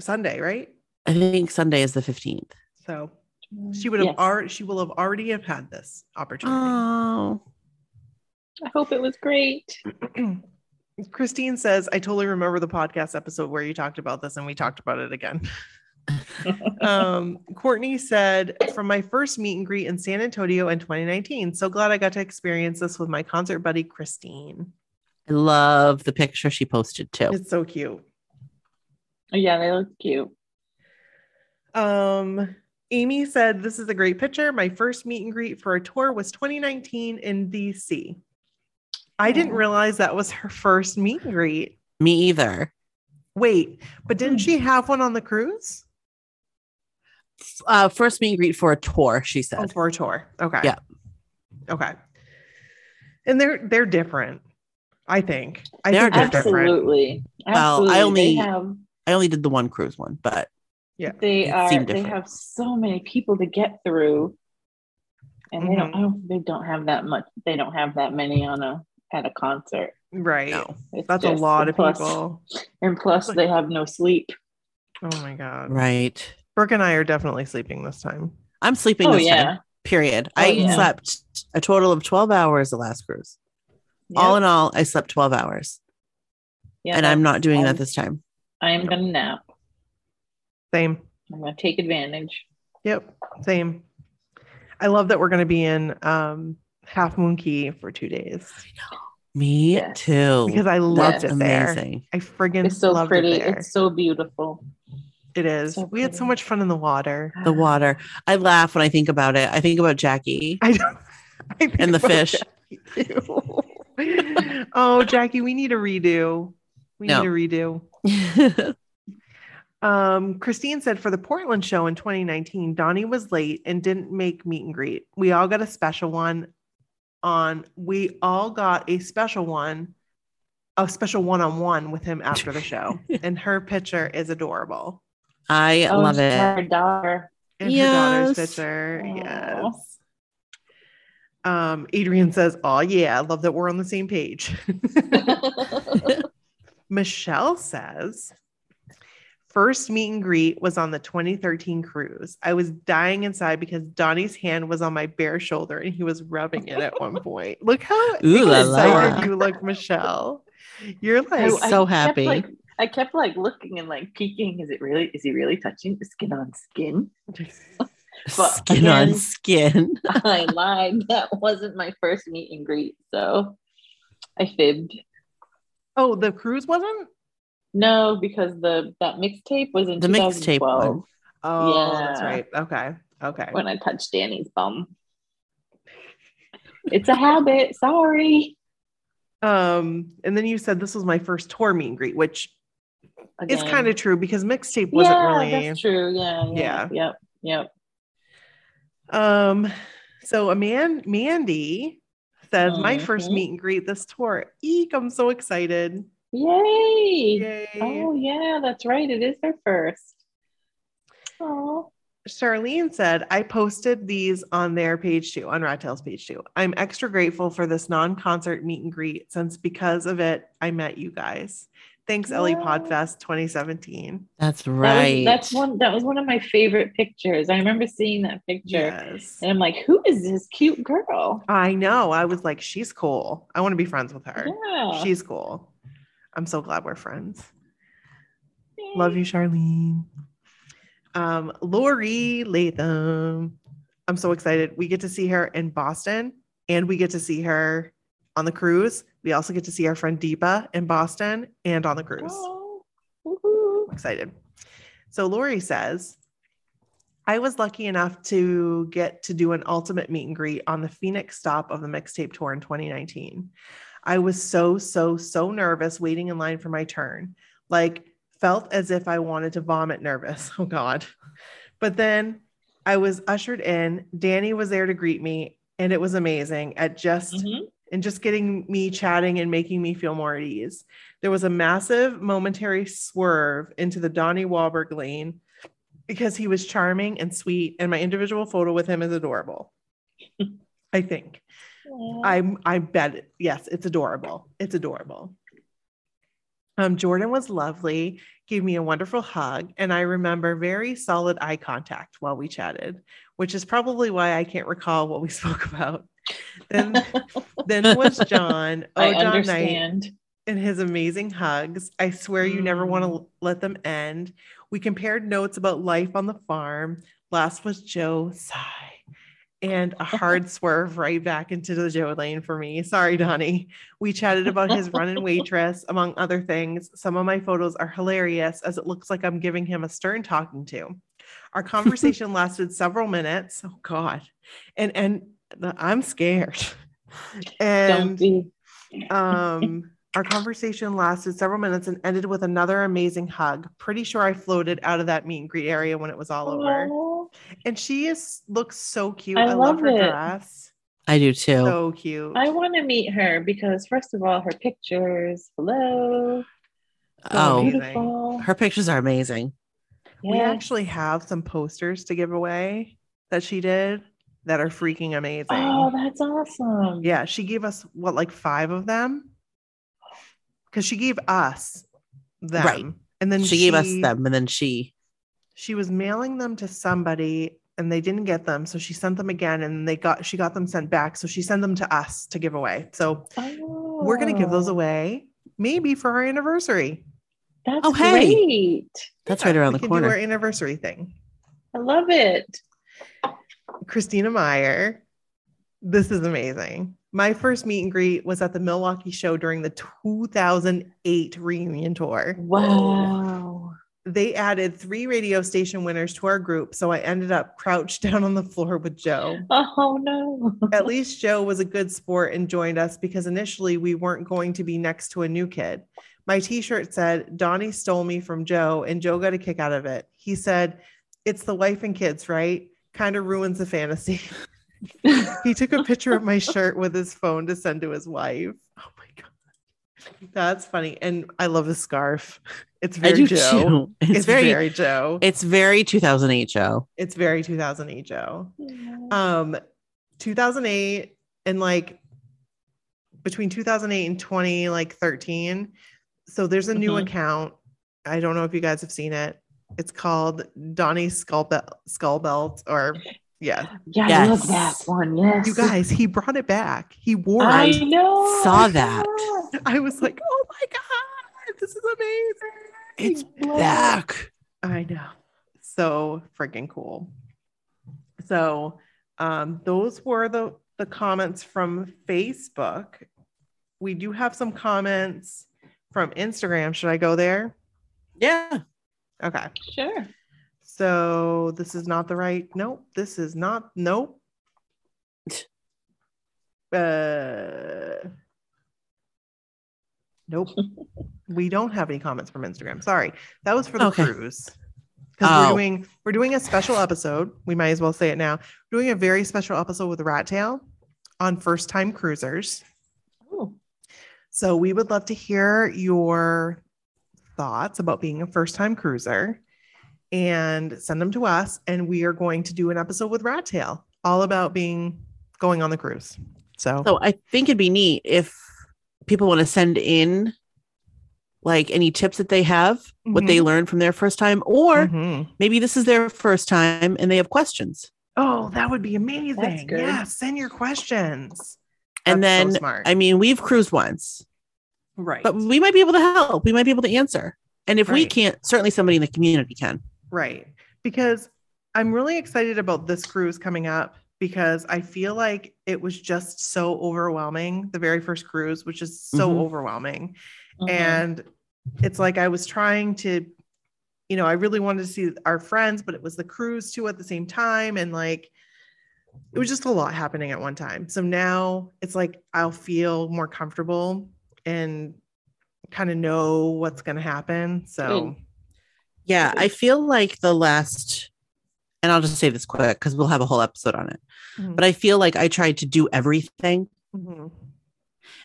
S4: Sunday, right?
S2: I think Sunday is the 15th.
S4: So she would have
S3: Yes.
S4: already she will have already have had this opportunity.
S2: Oh,
S3: I hope it was great. Um.
S4: Christine says, I totally remember the podcast episode where you talked about this and we talked about it again. um, Courtney said, from my first meet and greet in San Antonio in 2019. So glad I got to experience this with my concert buddy, Christine.
S2: I love the picture she posted too.
S4: It's so cute.
S3: Yeah, they look cute.
S4: Um, Amy said, This is a great picture. My first meet and greet for a tour was 2019 in DC. I didn't
S3: Aw.
S4: realize that was her first meet and greet.
S2: Me either.
S4: Wait, but didn't
S2: Hmm.
S4: she have one on the cruise?
S2: Uh, first meet and greet for a tour, she
S4: Oh,
S2: said.
S4: for a tour. Okay.
S2: Yeah.
S4: Okay. And they're they're different, I think. I
S2: They
S4: think
S2: are
S4: they're different.
S3: Absolutely.
S2: Well,
S3: Absolutely.
S2: I
S3: They
S2: only-
S3: have
S2: I only did the one cruise one, but
S3: they
S2: It
S3: are
S2: seemed
S3: they
S2: different.
S3: have so many people to get through. And they don't
S4: Mhm.
S3: I don't they don't have that much they don't have that many on a at a concert.
S4: Right.
S2: no.
S3: It's
S4: That's a
S3: just-
S4: lot
S3: and
S4: of
S3: plus-
S4: people.
S3: And plus they have no sleep.
S4: Oh my God.
S2: Right.
S4: Brooke and I are definitely sleeping this time.
S2: I'm sleeping
S3: Oh
S2: this time,
S3: yeah.
S2: period.
S3: Oh,
S2: I
S3: yeah.
S2: slept a total of 12 hours the last cruise. All in all, I slept 12 hours,
S3: Yeah,
S2: and I'm not doing
S3: I'm-
S2: that this time.
S3: I am gonna nap.
S4: Same.
S3: I'm gonna take advantage.
S4: Yep, same. I love that we're going to be in um, Half Moon Key for two days
S2: Me
S3: Yes.
S2: too.
S4: because I loved
S3: Yes.
S4: it there.
S2: Oh, Amazing.
S4: I friggin'
S3: It's so
S4: loved
S3: pretty.
S4: it there.
S3: It's so beautiful.
S4: it is.
S3: so
S4: we had so
S3: pretty.
S4: much fun in the water.
S2: The water. I laugh when I think about it. I think about Jackie.
S4: I don't. I think
S2: And the
S4: about
S2: fish.
S4: Jackie, too. oh, Jackie, we need a redo. We
S2: No.
S4: need a redo. Um, Christine said for the Portland show in 2019, Donnie was late and didn't make meet and greet. We all got a special one on we all got a special one, a special one-on-one with him after the show. and her picture is adorable.
S2: I
S3: Oh,
S2: love
S3: she's
S2: it.
S3: Her daughter.
S4: and her
S2: Yes.
S4: daughter's picture.
S3: Aw.
S4: Yes. Um, Adrian says, Oh, yeah, I love that we're on the same page. Michelle says, First meet and greet was on the 2013 cruise. I was dying inside because Donnie's hand was on my bare shoulder and he was rubbing it at one point. Look how
S2: Ooh la
S4: excited
S2: la. Oh,
S4: you look, Michelle. You're like,
S2: I- so happy.
S3: Kept, like, I kept like looking and like peeking. Is it really? Is he really touching skin on skin? But
S2: skin on
S3: again-
S2: skin.
S3: I lied. That wasn't my first meet and greet, so I fibbed.
S4: oh, the cruise wasn't?
S3: No, because the that mixtape was in
S2: The mixtape
S3: 2012
S2: one.
S4: Oh, that's
S3: Yeah.
S4: right. Okay. Okay.
S3: when I touched Danny's bum. It's a habit. Sorry.
S4: Um, and then you said this was my first tour meet and greet, which is
S3: Again.
S4: kind of true because mixtape wasn't
S3: yeah,
S4: really.
S3: That's true. Yeah. Yeah.
S4: Yeah.
S3: Yep. Yep.
S4: Um, so a man, Mandy says, my first
S3: Mhm.
S4: meet and greet this tour. Eek, I'm so excited.
S3: Yay.
S4: Yay.
S3: Oh yeah, that's right. It is her first. Oh.
S4: Charlene said, I posted these on their page too, on Rat Tails page too. I'm extra grateful for this non concert meet and greet since because of it, I met you guys. Thanks, Ellie
S3: Yay.
S4: Podfest 2017.
S2: That's
S3: That
S2: right.
S3: was, that's one that was one of my favorite pictures. I remember seeing that picture.
S4: Yes.
S3: And I'm like, who is this cute girl?
S4: I know. I was like, she's cool. I want to be friends with her.
S3: Yeah.
S4: She's cool. I'm so glad we're friends. Love you, Charlene. Um, Lori Latham. I'm so excited. We get to see her in Boston and we get to see her on the cruise. We also get to see our friend Deepa in Boston and on the cruise.
S3: Oh, woohoo.
S4: I'm excited. So Lori says, I was lucky enough to get to do an ultimate meet and greet on the Phoenix stop of the mixtape tour in 2019. I was so, so, so nervous waiting in line for my turn. Like, felt as if I wanted to vomit nervous. Oh, God. But then I was ushered in. Danny was there to greet me, and it was amazing at just
S3: Mhm.
S4: and just getting me chatting and making me feel more at ease. There was a massive momentary swerve into the Donnie Wahlberg lane because he was charming and sweet, and my individual photo with him is adorable. I think. I'm I bet it, yes, it's adorable. It's adorable. Um, Jordan was lovely, gave me a wonderful hug, and I remember very solid eye contact while we chatted, which is probably why I can't recall what we spoke about. Then then was John.
S3: I
S4: Oh, John Knight
S3: understand.
S4: and his amazing hugs. I swear you never want
S3: Mm.
S4: to let them end. We compared notes about life on the farm. Last was Joe sigh. And a hard swerve right back into the Joe lane for me. Sorry, Donnie. We chatted about his run and waitress, among other things. Some of my photos are hilarious as it looks like I'm giving him a stern talking to. Our conversation lasted several minutes. Oh God. And and I'm scared.
S3: Don't
S4: And
S3: be.
S4: um, our conversation lasted several minutes and ended with another amazing hug. Pretty sure I floated out of that meet and greet area when it was all over.
S3: Oh,
S4: And she is looks so cute.
S3: I
S4: I,
S3: love
S4: love, her
S3: it.
S4: dress.
S2: I do too.
S4: So cute.
S3: I want to meet her because, first of all, her pictures, hello,
S2: oh,
S4: amazing.
S3: beautiful.
S2: her pictures are amazing.
S4: we
S3: Yes.
S4: actually have some posters to give away that she did that are freaking amazing.
S3: Oh, that's awesome.
S4: yeah, she gave us what like five of them because she gave us them,
S2: Right.
S4: and then
S2: She, gave us
S4: she-
S2: them, and then she.
S4: she was mailing them to somebody and they didn't get them so she sent them again and they got she got them sent back so she sent them to us to give away so
S3: Oh,
S4: we're going to give those away maybe for our anniversary
S3: That's
S2: Oh, hey.
S3: great.
S2: That's
S4: Yeah,
S2: right around
S4: we
S2: the
S4: can do our
S2: corner.
S4: anniversary thing
S3: I love it.
S4: christina meyer this is amazing my first meet and greet was at the milwaukee show during the 2008 reunion tour
S3: Wow.
S4: they added three radio station winners to our group so i ended up crouched down on the floor with joe
S3: Oh, no.
S4: at least Joe was a good sport and joined us because initially we weren't going to be next to a new kid. My t shirt said, Donnie stole me from Joe, and Joe got a kick out of it. He said, It's the wife and kids, right? Kind of ruins the fantasy. he took a picture of my shirt with his phone to send to his wife. Oh my God. That's funny. And I love his scarf. It's
S2: I
S4: very
S2: do
S4: Joe.
S2: too. It's, very,
S4: Joe.
S2: it's very 2008 Joe.
S4: it's very 2008 Joe.
S3: Yeah.
S4: Um, 2008 and like between 2008 and 20 like 13. So there's a new
S2: Mhm.
S4: account. I don't know if you guys have seen it. It's called Donnie Skullbelt Skullbelt or yeah.
S3: Yeah, I love that
S2: Yes.
S3: one. Yes.
S4: You guys, he brought it back. He wore
S3: I
S4: it.
S3: know.
S2: saw
S3: I
S2: that.
S3: saw that.
S4: I was like, oh my God, this is amazing.
S2: It's
S3: Love it.
S2: back.
S4: I know. So freaking cool. So um, those were the, the comments from Facebook. We do have some comments from Instagram. Should I go there?
S2: Yeah.
S4: Okay.
S3: Sure.
S4: So this is not the right. Nope. This is not. Nope. Uh, nope. we don't have any comments from Instagram. Sorry, that was for the
S2: Okay.
S4: cruise. Because
S2: Oh.
S4: we're doing we're doing a special episode. We might as well say it now. We're doing a very special episode with Rat Tail on first time cruisers.
S3: Ooh.
S4: So we would love to hear your thoughts about being a first time cruiser and send them to us. And we are going to do an episode with Rat Tail all about being going on the cruise. So,
S2: So I think it'd be neat if people want to send in like any tips that they have,
S4: mm-hmm,
S2: what they learned from their first time, or
S4: Mhm.
S2: maybe this is their first time and they have questions.
S4: oh, that would be amazing.
S3: good.
S4: Yeah, send your questions.
S2: And
S4: That's so
S2: then,
S4: smart.
S2: I mean, we've cruised once,
S4: right.
S2: but we might be able to help. We might be able to answer. And if we
S4: Right.
S2: can't, certainly somebody in the community can.
S4: Right. Because I'm really excited about this cruise coming up because I feel like it was just so overwhelming. The very first cruise, which is so
S2: Mhm.
S4: overwhelming.
S3: Mhm.
S4: And it's like I was trying to, you know, I really wanted to see our friends, but it was the cruise too at the same time. And like, it was just a lot happening at one time. So now it's like I'll feel more comfortable and kind of know what's going to happen. So,
S2: Yeah, I feel like the last, and I'll just say this quick because we'll have a whole episode on it.
S4: Mhm.
S2: But I feel like I tried to do everything
S4: Mhm.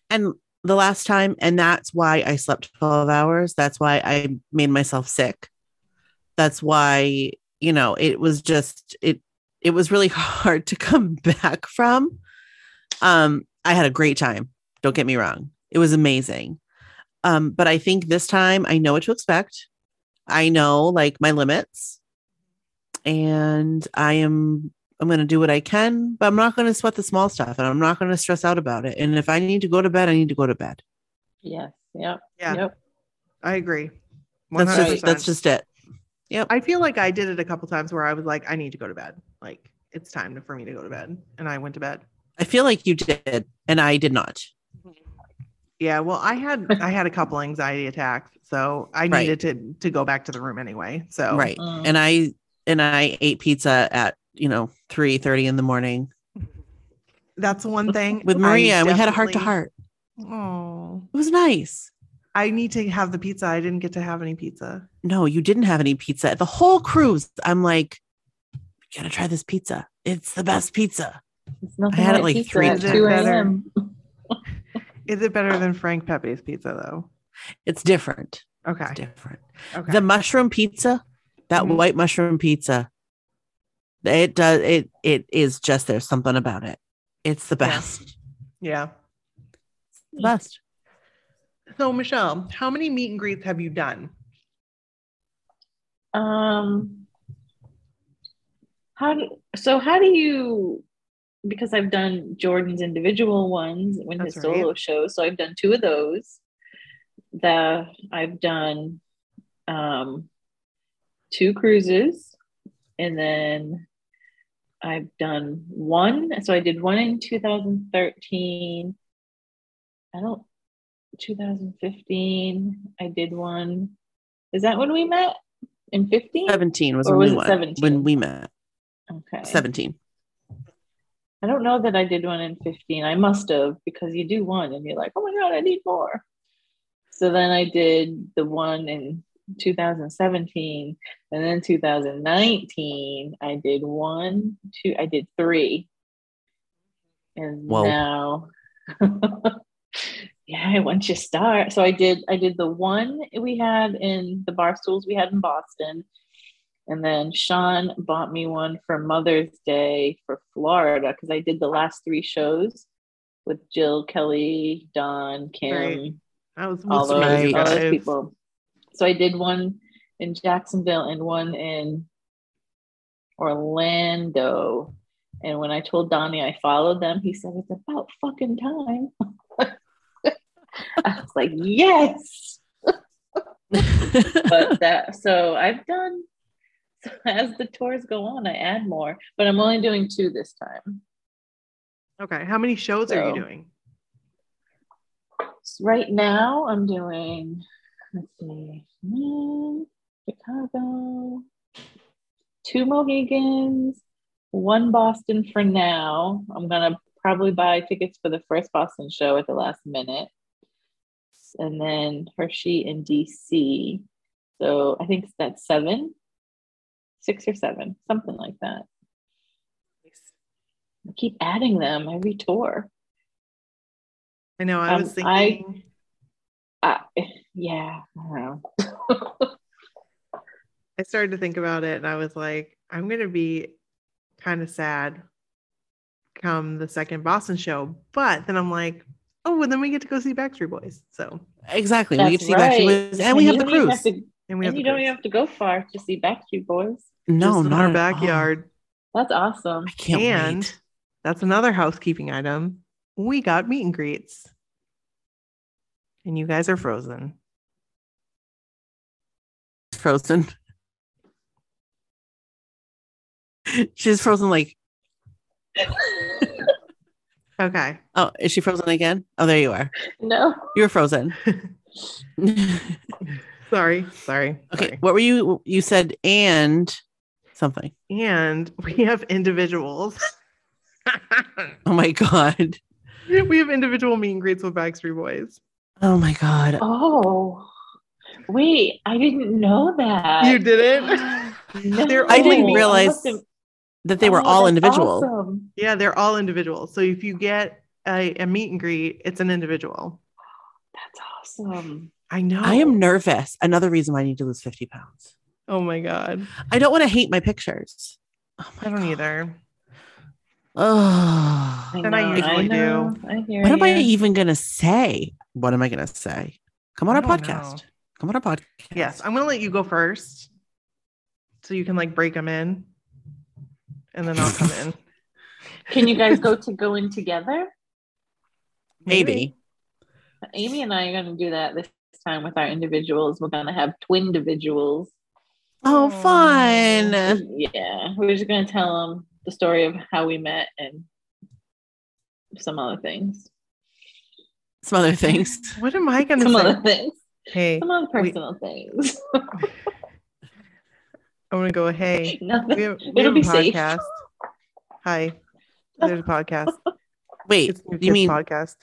S2: and the last time, and that's why I slept 12 hours. That's why I made myself sick. That's why, you know, it was just it it was really hard to come back from. Um, I had a great time. Don't get me wrong. It was amazing. Um, but I think this time I know what to expect. I know like my limits. And I am I'm going to do what I can, but I'm not going to sweat the small stuff and I'm not going to stress out about it. And if I need to go to bed, I need to go to bed.
S3: Yes. Yep.
S4: yeah.
S3: Yep.
S4: I agree.
S2: That's just,
S4: 100%.
S2: that's just it.
S4: I feel like I did it a couple times where I was like, I need to go to bed. Like it's time to- for me to go to bed, and I went to bed.
S2: I feel like you did, and I did not.
S4: Yeah, well, I had I had a couple anxiety attacks, so I
S2: Right.
S4: needed to to go back to the room anyway. So
S2: Right.
S3: Mm.
S2: And I and I ate pizza at you know three thirty in the morning
S4: that's one thing
S2: with Maria, and we had a heart to heart.
S4: Oh,
S2: It was nice.
S4: I need to have the pizza. I didn't get to have any pizza.
S2: No, you didn't have any pizza. The whole cruise, I'm like, you gotta try this pizza. It's the best pizza.
S3: It's nothing
S2: I had it,
S3: like
S2: like,
S3: pizza
S2: three
S3: at
S4: times.
S3: 2 a.m.
S4: Is it better than Frank Pepe's pizza though?
S2: It's different. It's
S4: Okay.
S2: different.
S4: Okay.
S2: The mushroom pizza, that
S4: Mhm.
S2: white mushroom pizza, it does it. It is just there's something about it. It's the
S4: Yeah.
S2: best.
S4: yeah.
S2: The Best.
S4: So Michelle, how many meet and greets have you done?
S3: Um, how do, so how do you because I've done Jordan's individual ones when his
S4: That's right.
S3: solo shows, so I've done two of those. The I've done um two cruises and then I've done one. So I did one in 2013. I don't 2015. I did one. Is that when we met? In 15?
S4: Uh,
S2: Seventeen was
S3: Or
S2: when
S3: was
S2: we
S3: it
S2: went-
S3: 17?
S2: when we met.
S3: Okay.
S2: Seventeen.
S3: I don't know that I did one in 15. I must have because you do one and you're like, oh my God, I need more. So then I did the one in 2017 and then 2019. I did one, two, I did three. And
S2: Whoa.
S3: now yeah once you start so i did i did the one we had in the bar stools we had in boston and then sean bought me one for mother's day for florida because i did the last three shows with jill kelly don kim
S4: Right. I was
S3: all those,
S2: Right.
S3: all those
S4: I've-
S3: people so i did one in jacksonville and one in orlando and when i told donnie i followed them he said it's about fucking time i was like yes but that so I've done so as the tours go on, I add more, but I'm only doing two this time.
S4: Okay. How many shows are
S3: So-
S4: you doing?
S3: So right now, I'm doing let's see, mm, Chicago, two Mohegans, one Boston for now. I'm gonna probably buy tickets for the first Boston show at the last minute, and then Hershey and DC. So I think that's seven, six or seven, something like that. I keep adding them every tour.
S4: I know. I
S3: Um,
S4: was
S3: I-
S4: thinking.
S3: I, yeah, I don't know.
S4: I started to think about it and I was like, I'm going to be kind of sad come the second Boston show. But then I'm like, oh, and then we get to go see Backstreet Boys. So,
S2: exactly. We get to see Backstreet Boys, and we
S3: you
S2: have the
S3: don't even
S2: cruise.
S3: have to-
S4: and we
S3: and
S4: have
S3: you
S4: the
S3: don't even
S4: cruise.
S3: have to go far to see Backstreet Boys.
S2: no,
S4: Just in
S2: not
S4: our
S2: at all.
S4: backyard.
S3: That's awesome.
S2: I can't
S4: And-
S2: wait.
S4: That's another housekeeping item. We got meet and greets. And you guys are frozen.
S2: Frozen. She's frozen. Like,
S4: Okay.
S2: oh, is she frozen again? Oh, there you are.
S3: no.
S2: You're frozen. okay,
S4: Sorry. Sorry. Sorry.
S2: what were you? You said and something.
S4: And we have individuals.
S2: Oh my god.
S4: we have individual meet and greets with Backstreet Boys.
S2: Oh my god.
S3: Oh. Wait, I didn't know that.
S4: You didn't?
S3: No.
S4: They're
S2: I didn't
S4: only-
S2: realize
S3: must have-
S2: that they were
S3: Oh,
S2: all
S3: that's
S2: individual.
S3: awesome.
S4: Yeah, they're all individuals. So if you get a, a meet and greet, it's an individual.
S3: That's awesome.
S4: I know.
S2: I am nervous. Another reason why I need to lose 50 pounds.
S4: Oh my god.
S2: I don't want to hate my pictures. Oh my
S4: I don't
S2: God.
S4: either.
S2: Oh.
S4: And I usually
S3: know. I hear
S2: What am I
S3: you.
S2: even going to say? What am I going to say? Come on
S4: I
S2: our
S4: don't
S2: podcast.
S4: know.
S2: Come on our podcast.
S4: Yes, I'm gonna let you go first, so you can like break them in, and then I'll come in.
S3: Can you guys go to go in together?
S2: Maybe.
S3: Amy and I are going to do that this time with our individuals. We're going to have twin individuals.
S2: Oh,
S4: Aw.
S2: fun.
S3: Yeah, we're just going to tell them the story of how we met and some other things.
S2: Some other things.
S4: What am I gonna
S3: Some
S4: say?
S3: other things.
S4: Hey,
S3: Some other
S4: we-
S3: personal things.
S4: I'm gonna go. Hey,
S3: Nothing.
S4: we have, we
S3: It'll
S4: have a
S3: be safe.
S4: podcast. Hi, there's a podcast.
S2: Wait,
S4: It's New
S2: you
S4: Kids
S2: mean
S4: podcast?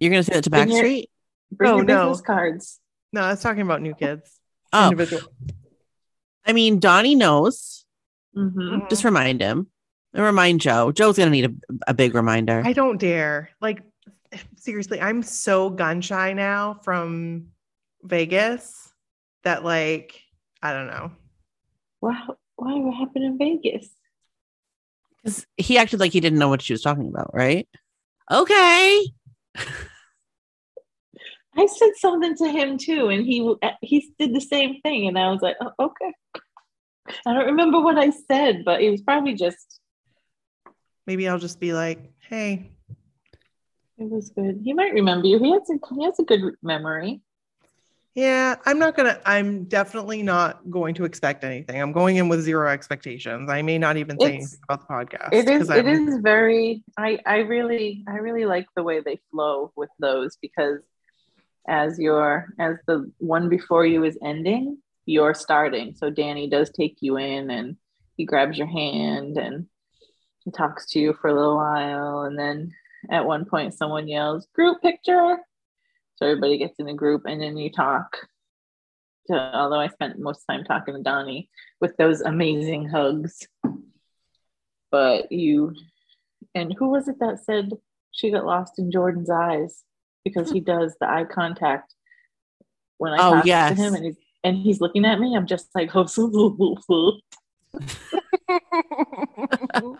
S2: you're going to say that to
S3: Bring your-
S2: Backstreet?
S3: Bring
S4: Oh,
S3: your
S4: no.
S3: business cards.
S4: No, I was talking about new kids.
S2: Oh,
S4: Individual.
S2: I mean, Donnie knows.
S3: hmm
S4: Mm-hmm.
S2: Just remind him. And remind Joe. Joe's going to need a, a big reminder.
S4: I don't dare. Like, seriously, I'm so gun shy now from Vegas that, like, I don't know.
S3: Wow. Why? What happened in Vegas?
S2: Because he acted like he didn't know what she was talking about, right? Okay.
S3: I said something to him too, and he he did the same thing, and I was like, oh, okay. I don't remember what I said, but it was probably just
S4: Maybe I'll just be like, hey,
S3: it was good. He might remember you. He has a he has a good memory.
S4: yeah, I'm not going to, I'm definitely not going to expect anything. I'm going in with zero expectations. I may not even say
S3: It's-
S4: anything about the podcast.
S3: It is
S4: 'cause I'm-
S3: it is very I I really I really like the way they flow with those because as your as the one before you is ending, you're starting. So Danny does take you in and he grabs your hand and he talks to you for a little while and then at one point someone yells group picture so everybody gets in a group and then you talk so, although i spent most time talking to donnie with those amazing hugs but you and who was it that said she got lost in jordan's eyes because he does the eye contact when I
S2: Oh,
S3: talk
S2: yes.
S3: to him and he's and he's looking at me. I'm just like,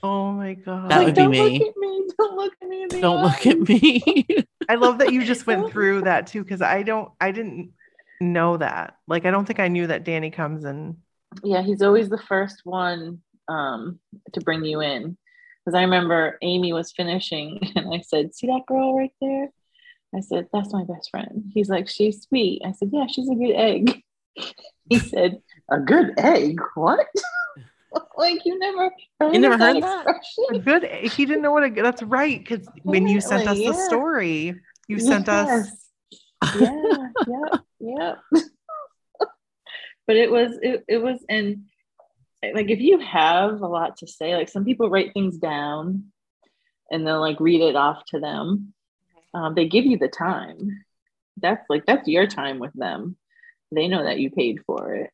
S4: Oh my god.
S2: That would be
S3: don't
S2: me.
S3: look at me. Don't look at me. in the
S2: Don't look
S3: eye."
S2: at me.
S4: I love that you just went through that too, because I don't I didn't know that. Like I don't think I knew that Danny comes and
S3: Yeah, he's always the first one um, to bring you in. Because I remember Amy was finishing and I said, See that girl right there? I said, That's my best friend. He's like, She's sweet. I said, Yeah, she's a good egg. He said, A good egg? What? like, you never heard,
S2: You never
S3: of
S2: heard that?
S4: a
S3: expression?
S4: good he didn't know what a that's right, because when you sent us
S3: Apparently,
S4: the
S3: yeah.
S4: story, you sent us
S3: Yes. yeah yeah yeah but it was it, it was and like if you have a lot to say like some people write things down and they'll like read it off to them um, they give you the time that's like that's your time with them they know that you paid for it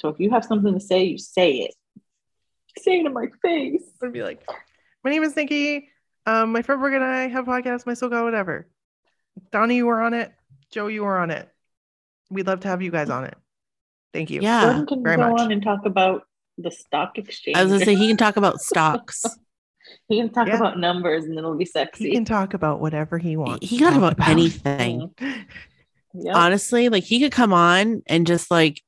S3: so if you have something to say you say it say it in my face
S4: would be like, My name is Nikki. Um, my friend Brooke and I have a podcast, my so called whatever. Donnie, you were on it. Joe, you were on it. We'd love to have you guys on it. Thank you.
S2: yeah.
S3: Jordan can
S4: Ah, very
S3: go
S4: much.
S3: on and talk about the stock exchange
S2: I was gonna say he can talk about stocks.
S3: He can talk
S4: Yeah.
S3: about numbers and it'll be sexy.
S4: He can talk about whatever he
S2: He-
S4: wants.
S2: He got
S4: talk
S2: about anything.
S3: Mhm. Yep.
S2: Honestly, like he could come on and just like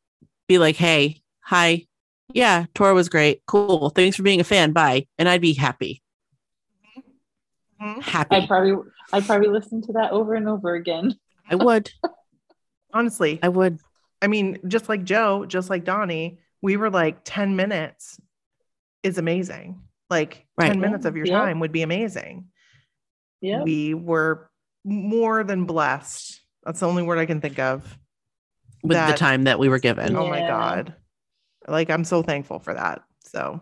S2: be like, "Hey, hi, yeah, Tora was great, cool. Thanks for being a fan. Bye," and I'd be happy,
S4: Mhm.
S3: I
S2: happy.
S3: probably I probably listened to that over and over again.
S2: I would,
S4: Honestly,
S2: I would.
S4: I mean, just like Joe, just like Donnie, we were like 10 minutes is amazing. Like
S2: Right.
S4: 10 minutes of your
S3: Yeah.
S4: time would be amazing.
S3: Yeah.
S4: We were more than blessed. That's the only word I can think of.
S2: with the
S4: that-
S2: time that we were given.
S4: Oh my
S3: Yeah.
S4: god. Like I'm so thankful for that. So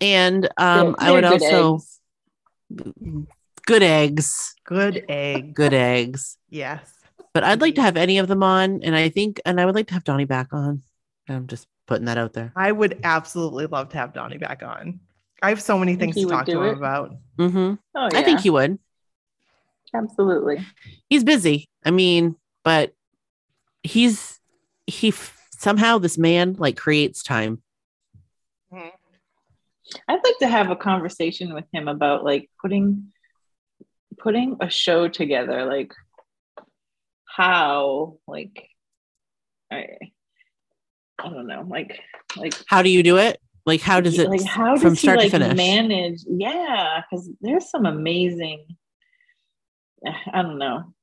S2: And um,
S3: They're-
S2: I would
S3: they're good
S2: also
S3: eggs.
S2: good eggs,
S4: good egg.
S2: good eggs.
S4: Yes.
S2: But I'd like to have any of them on, and I think, and I would like to have Donnie back on. I'm just putting that out there.
S4: I would absolutely love to have Donnie back on. I have so many
S3: Think
S4: things
S3: he
S4: to
S3: would
S4: talk to
S3: do
S4: him
S3: it?
S4: about.
S2: hmm
S3: Oh yeah.
S2: I think he would.
S3: absolutely.
S2: He's busy. I mean, but he's he f- somehow this man like creates time.
S3: I'd like to have a conversation with him about like putting putting a show together, like how like I I don't know, like like
S2: How do you do it? Like, how does it?
S3: like how does
S2: from
S3: he
S2: start to
S3: like
S2: finish?
S3: manage yeah because there's some amazing i don't know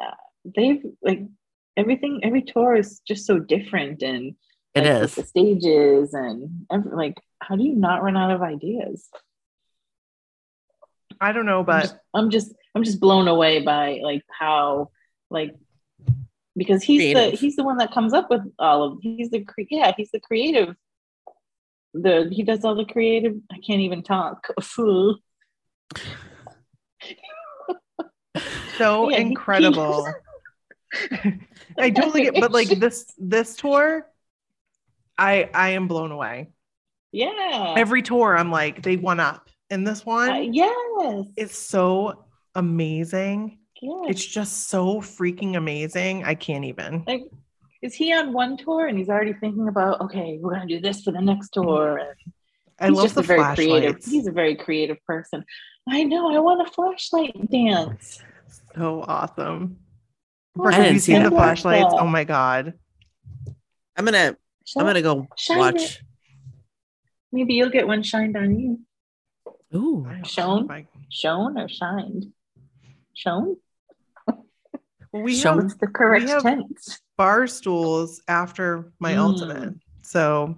S3: Uh, they've like everything every tour is just so different and
S2: it
S3: like, with
S2: is.
S3: the stages and every, like how do you not run out of ideas
S4: I don't know,
S3: I'm
S4: but
S3: just- I'm just I'm just blown away by like how like because he's the
S2: Creative.
S3: he's the one that comes up with all of he's the cre- yeah he's the creative the he does all the creative I can't even talk Yeah,
S4: so
S3: he- he-
S4: incredible. I totally get, but like this this tour, I I am blown away.
S3: yeah
S4: Every tour, I'm like they one up, and this one
S3: Uh, yes
S4: is so amazing.
S3: yes
S4: It's just so freaking amazing. I can't even.
S3: like is he on one tour and he's already thinking about okay we're gonna do this for the next tour and
S4: Mm-hmm. I
S3: he's
S4: love
S3: just
S4: the
S3: a very creative
S4: flashlights.
S3: he's a very creative person I know I want a flashlight dance
S4: So awesome.
S3: Oh,
S4: Brooke,
S2: I
S4: have
S2: didn't
S4: you
S2: see
S4: seen
S2: that
S4: the
S2: one.
S4: flashlights?
S3: Yeah.
S4: Oh my god.
S2: I'm gonna. I'm
S3: Shall-
S2: gonna go
S3: Shine
S2: watch.
S3: Maybe you'll get one shined on you.
S2: Ooh,
S4: I don't know
S3: Shown?
S4: if I-
S3: Shown or shined? Shown?
S4: Well, we
S2: Shown?
S4: have
S3: What's the correct
S4: We have-
S3: tense?
S4: bar stools after my
S3: Mm.
S4: ultimate. So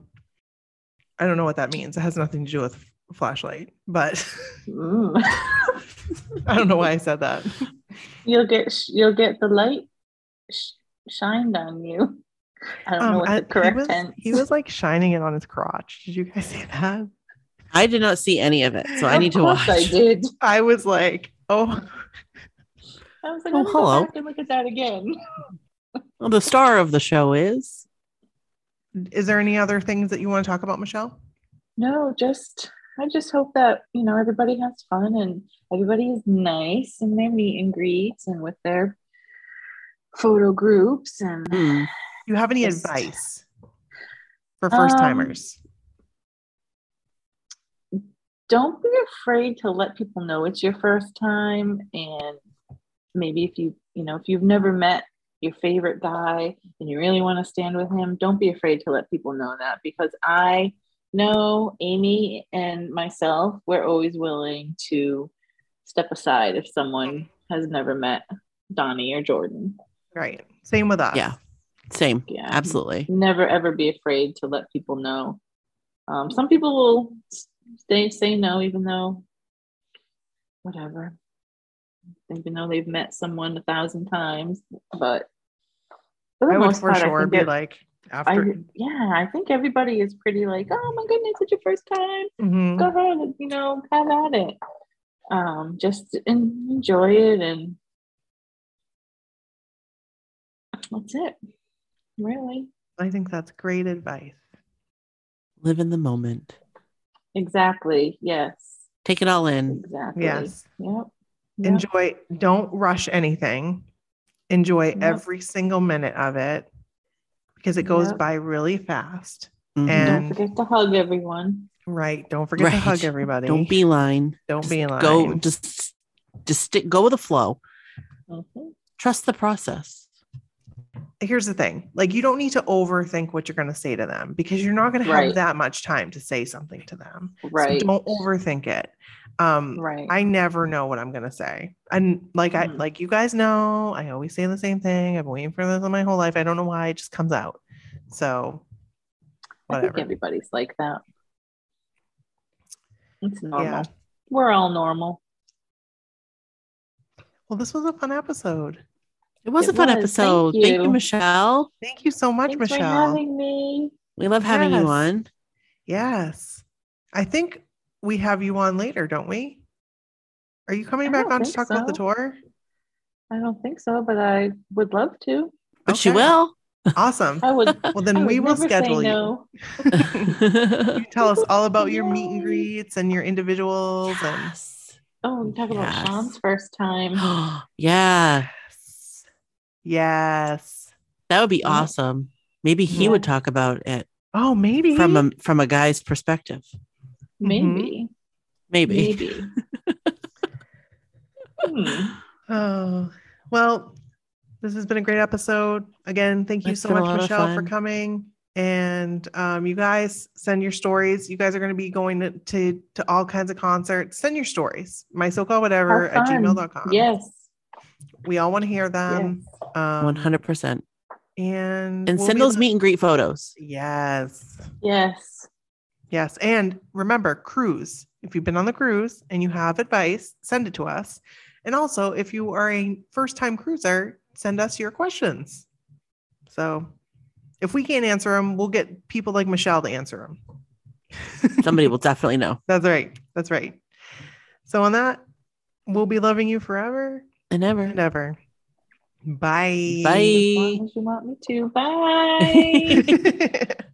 S4: I don't know what that means. It has nothing to do with flashlight, but
S3: Mm.
S4: I don't know why I said that.
S3: you'll get sh- you'll get the light sh- shined on you. I don't know what
S4: Um, I-
S3: the correct
S4: he was,
S3: tense.
S4: He was like shining it on his crotch. Did you guys see that?
S2: I did not see any of it, so I
S3: Of
S2: need to
S3: course
S2: watch.
S3: I did.
S4: I was like, oh,
S3: I was like,
S2: Oh, hello.
S3: oh, hello. Back and look at that again.
S2: Well, the star of the show is
S4: is there any other things that you want to talk about, Michelle?
S3: No, just I just hope that you know everybody has fun and everybody is nice in their meet and greets and with their photo groups and
S2: Mm.
S4: Do you have any
S3: Just-
S4: advice for
S2: Um,
S4: first timers?
S3: don't be afraid to let people know it's your first time and maybe if you you know if you've never met your favorite guy and you really want to stand with him don't be afraid to let people know that because i know amy and myself we're always willing to step aside if someone has never met donnie or jordan
S4: right. Same
S3: Ah.
S4: with us.
S2: Yeah. Same.
S3: yeah
S2: Absolutely.
S3: never ever be afraid to let people know. Um, some people will s- stay say no, even though whatever, even though they've met someone a thousand times. But for the
S4: I would
S3: most
S4: for
S3: part, I
S4: sure
S3: think
S4: be
S3: it-
S4: like
S3: I-
S4: after.
S3: yeah, I think everybody is pretty like, oh my goodness, it's your first time.
S4: Mhm.
S3: Go ahead, and, you know, have at it. Um, just en- enjoy it, and that's it. Really.
S4: I think that's great advice.
S2: Live in the moment.
S3: Exactly. Yes.
S2: Take it all in.
S3: Exactly.
S4: Yes.
S3: Yep. Yep.
S4: Enjoy. Don't rush anything. Enjoy
S3: Yep.
S4: every single minute of it because it goes
S3: Yep.
S4: by really fast.
S2: Mhm.
S4: And-
S3: Don't forget to hug everyone.
S4: Right. Don't forget to
S2: Right.
S4: hug everybody.
S2: don't be line.
S4: Don't be in line.
S2: Go just just stick, go with the flow.
S3: Mhm.
S2: Trust the process.
S4: here's the thing like you don't need to overthink what you're going to say to them because you're not going to
S3: Right.
S4: have that much time to say something to them So
S3: Right.
S4: don't overthink it um
S3: right.
S4: i never know what i'm going to say and like i
S3: Mhm.
S4: like you guys know i always say the same thing i've been waiting for this all my whole life i don't know why it just comes out so
S3: I think
S4: whatever
S3: everybody's like that. It's normal.
S4: yeah
S3: We're all normal.
S4: well this was a fun episode
S2: It was
S3: It
S2: a fun
S3: was. Thank
S2: episode. Thank you.
S3: you.
S2: Michelle.
S4: thank you so much
S3: Thanks for
S4: michelle
S3: having me.
S2: We love having
S4: Yes.
S2: you on.
S4: yes i think we have you on later don't we are you coming
S3: I
S4: back
S3: don't
S4: on to
S3: think
S4: talk about the
S3: so.
S4: tour
S3: I don't think so, but I would love to.
S2: But she
S4: Okay.
S2: will.
S4: Awesome.
S3: I would.
S4: Well, then
S3: I
S4: we
S3: would
S4: will
S3: never say
S4: schedule you.
S3: no.
S4: You can tell us all about your meet and
S3: Yay.
S4: greets and your individuals and
S2: yes.
S3: Oh, and talk about
S2: Yes.
S3: Sean's first time.
S2: yeah.
S4: yes. Yes.
S2: That would be
S3: Yeah.
S2: awesome. Maybe he
S3: Yeah.
S2: would talk about it
S4: Oh, maybe
S2: from a from a guy's perspective.
S4: Mm-hmm.
S3: Maybe.
S2: Maybe.
S3: Maybe. Hmm.
S4: Oh, well, this has been a great episode. Again, thank you
S2: It's
S4: so
S2: been a
S4: much,
S2: lot of
S4: Michelle, for
S2: fun.
S4: coming. And um, you guys send your stories. You guys are going to be going to, to to all kinds of concerts. Send your stories. My so called whatever
S3: Have
S4: at
S3: fun.
S4: gmail.com.
S3: Yes.
S4: We all want to hear them.
S3: yes.
S4: Um,
S2: One hundred percent.
S4: And,
S2: And
S4: we'll
S2: send
S4: be
S2: those
S4: li-
S2: meet and greet photos.
S4: Yes.
S3: Yes.
S4: Yes. And remember, cruise. If you've been on the cruise and you have advice, send it to us. And also, if you are a first time cruiser, send us your questions. So if we can't answer them, we'll get people like Michelle to answer them.
S2: Somebody will definitely know.
S4: That's right. That's right. So, on that, we'll be loving you forever
S2: And ever.
S4: and ever. Bye.
S3: As
S2: Bye.
S3: long as you want me to. Bye.
S4: Bye.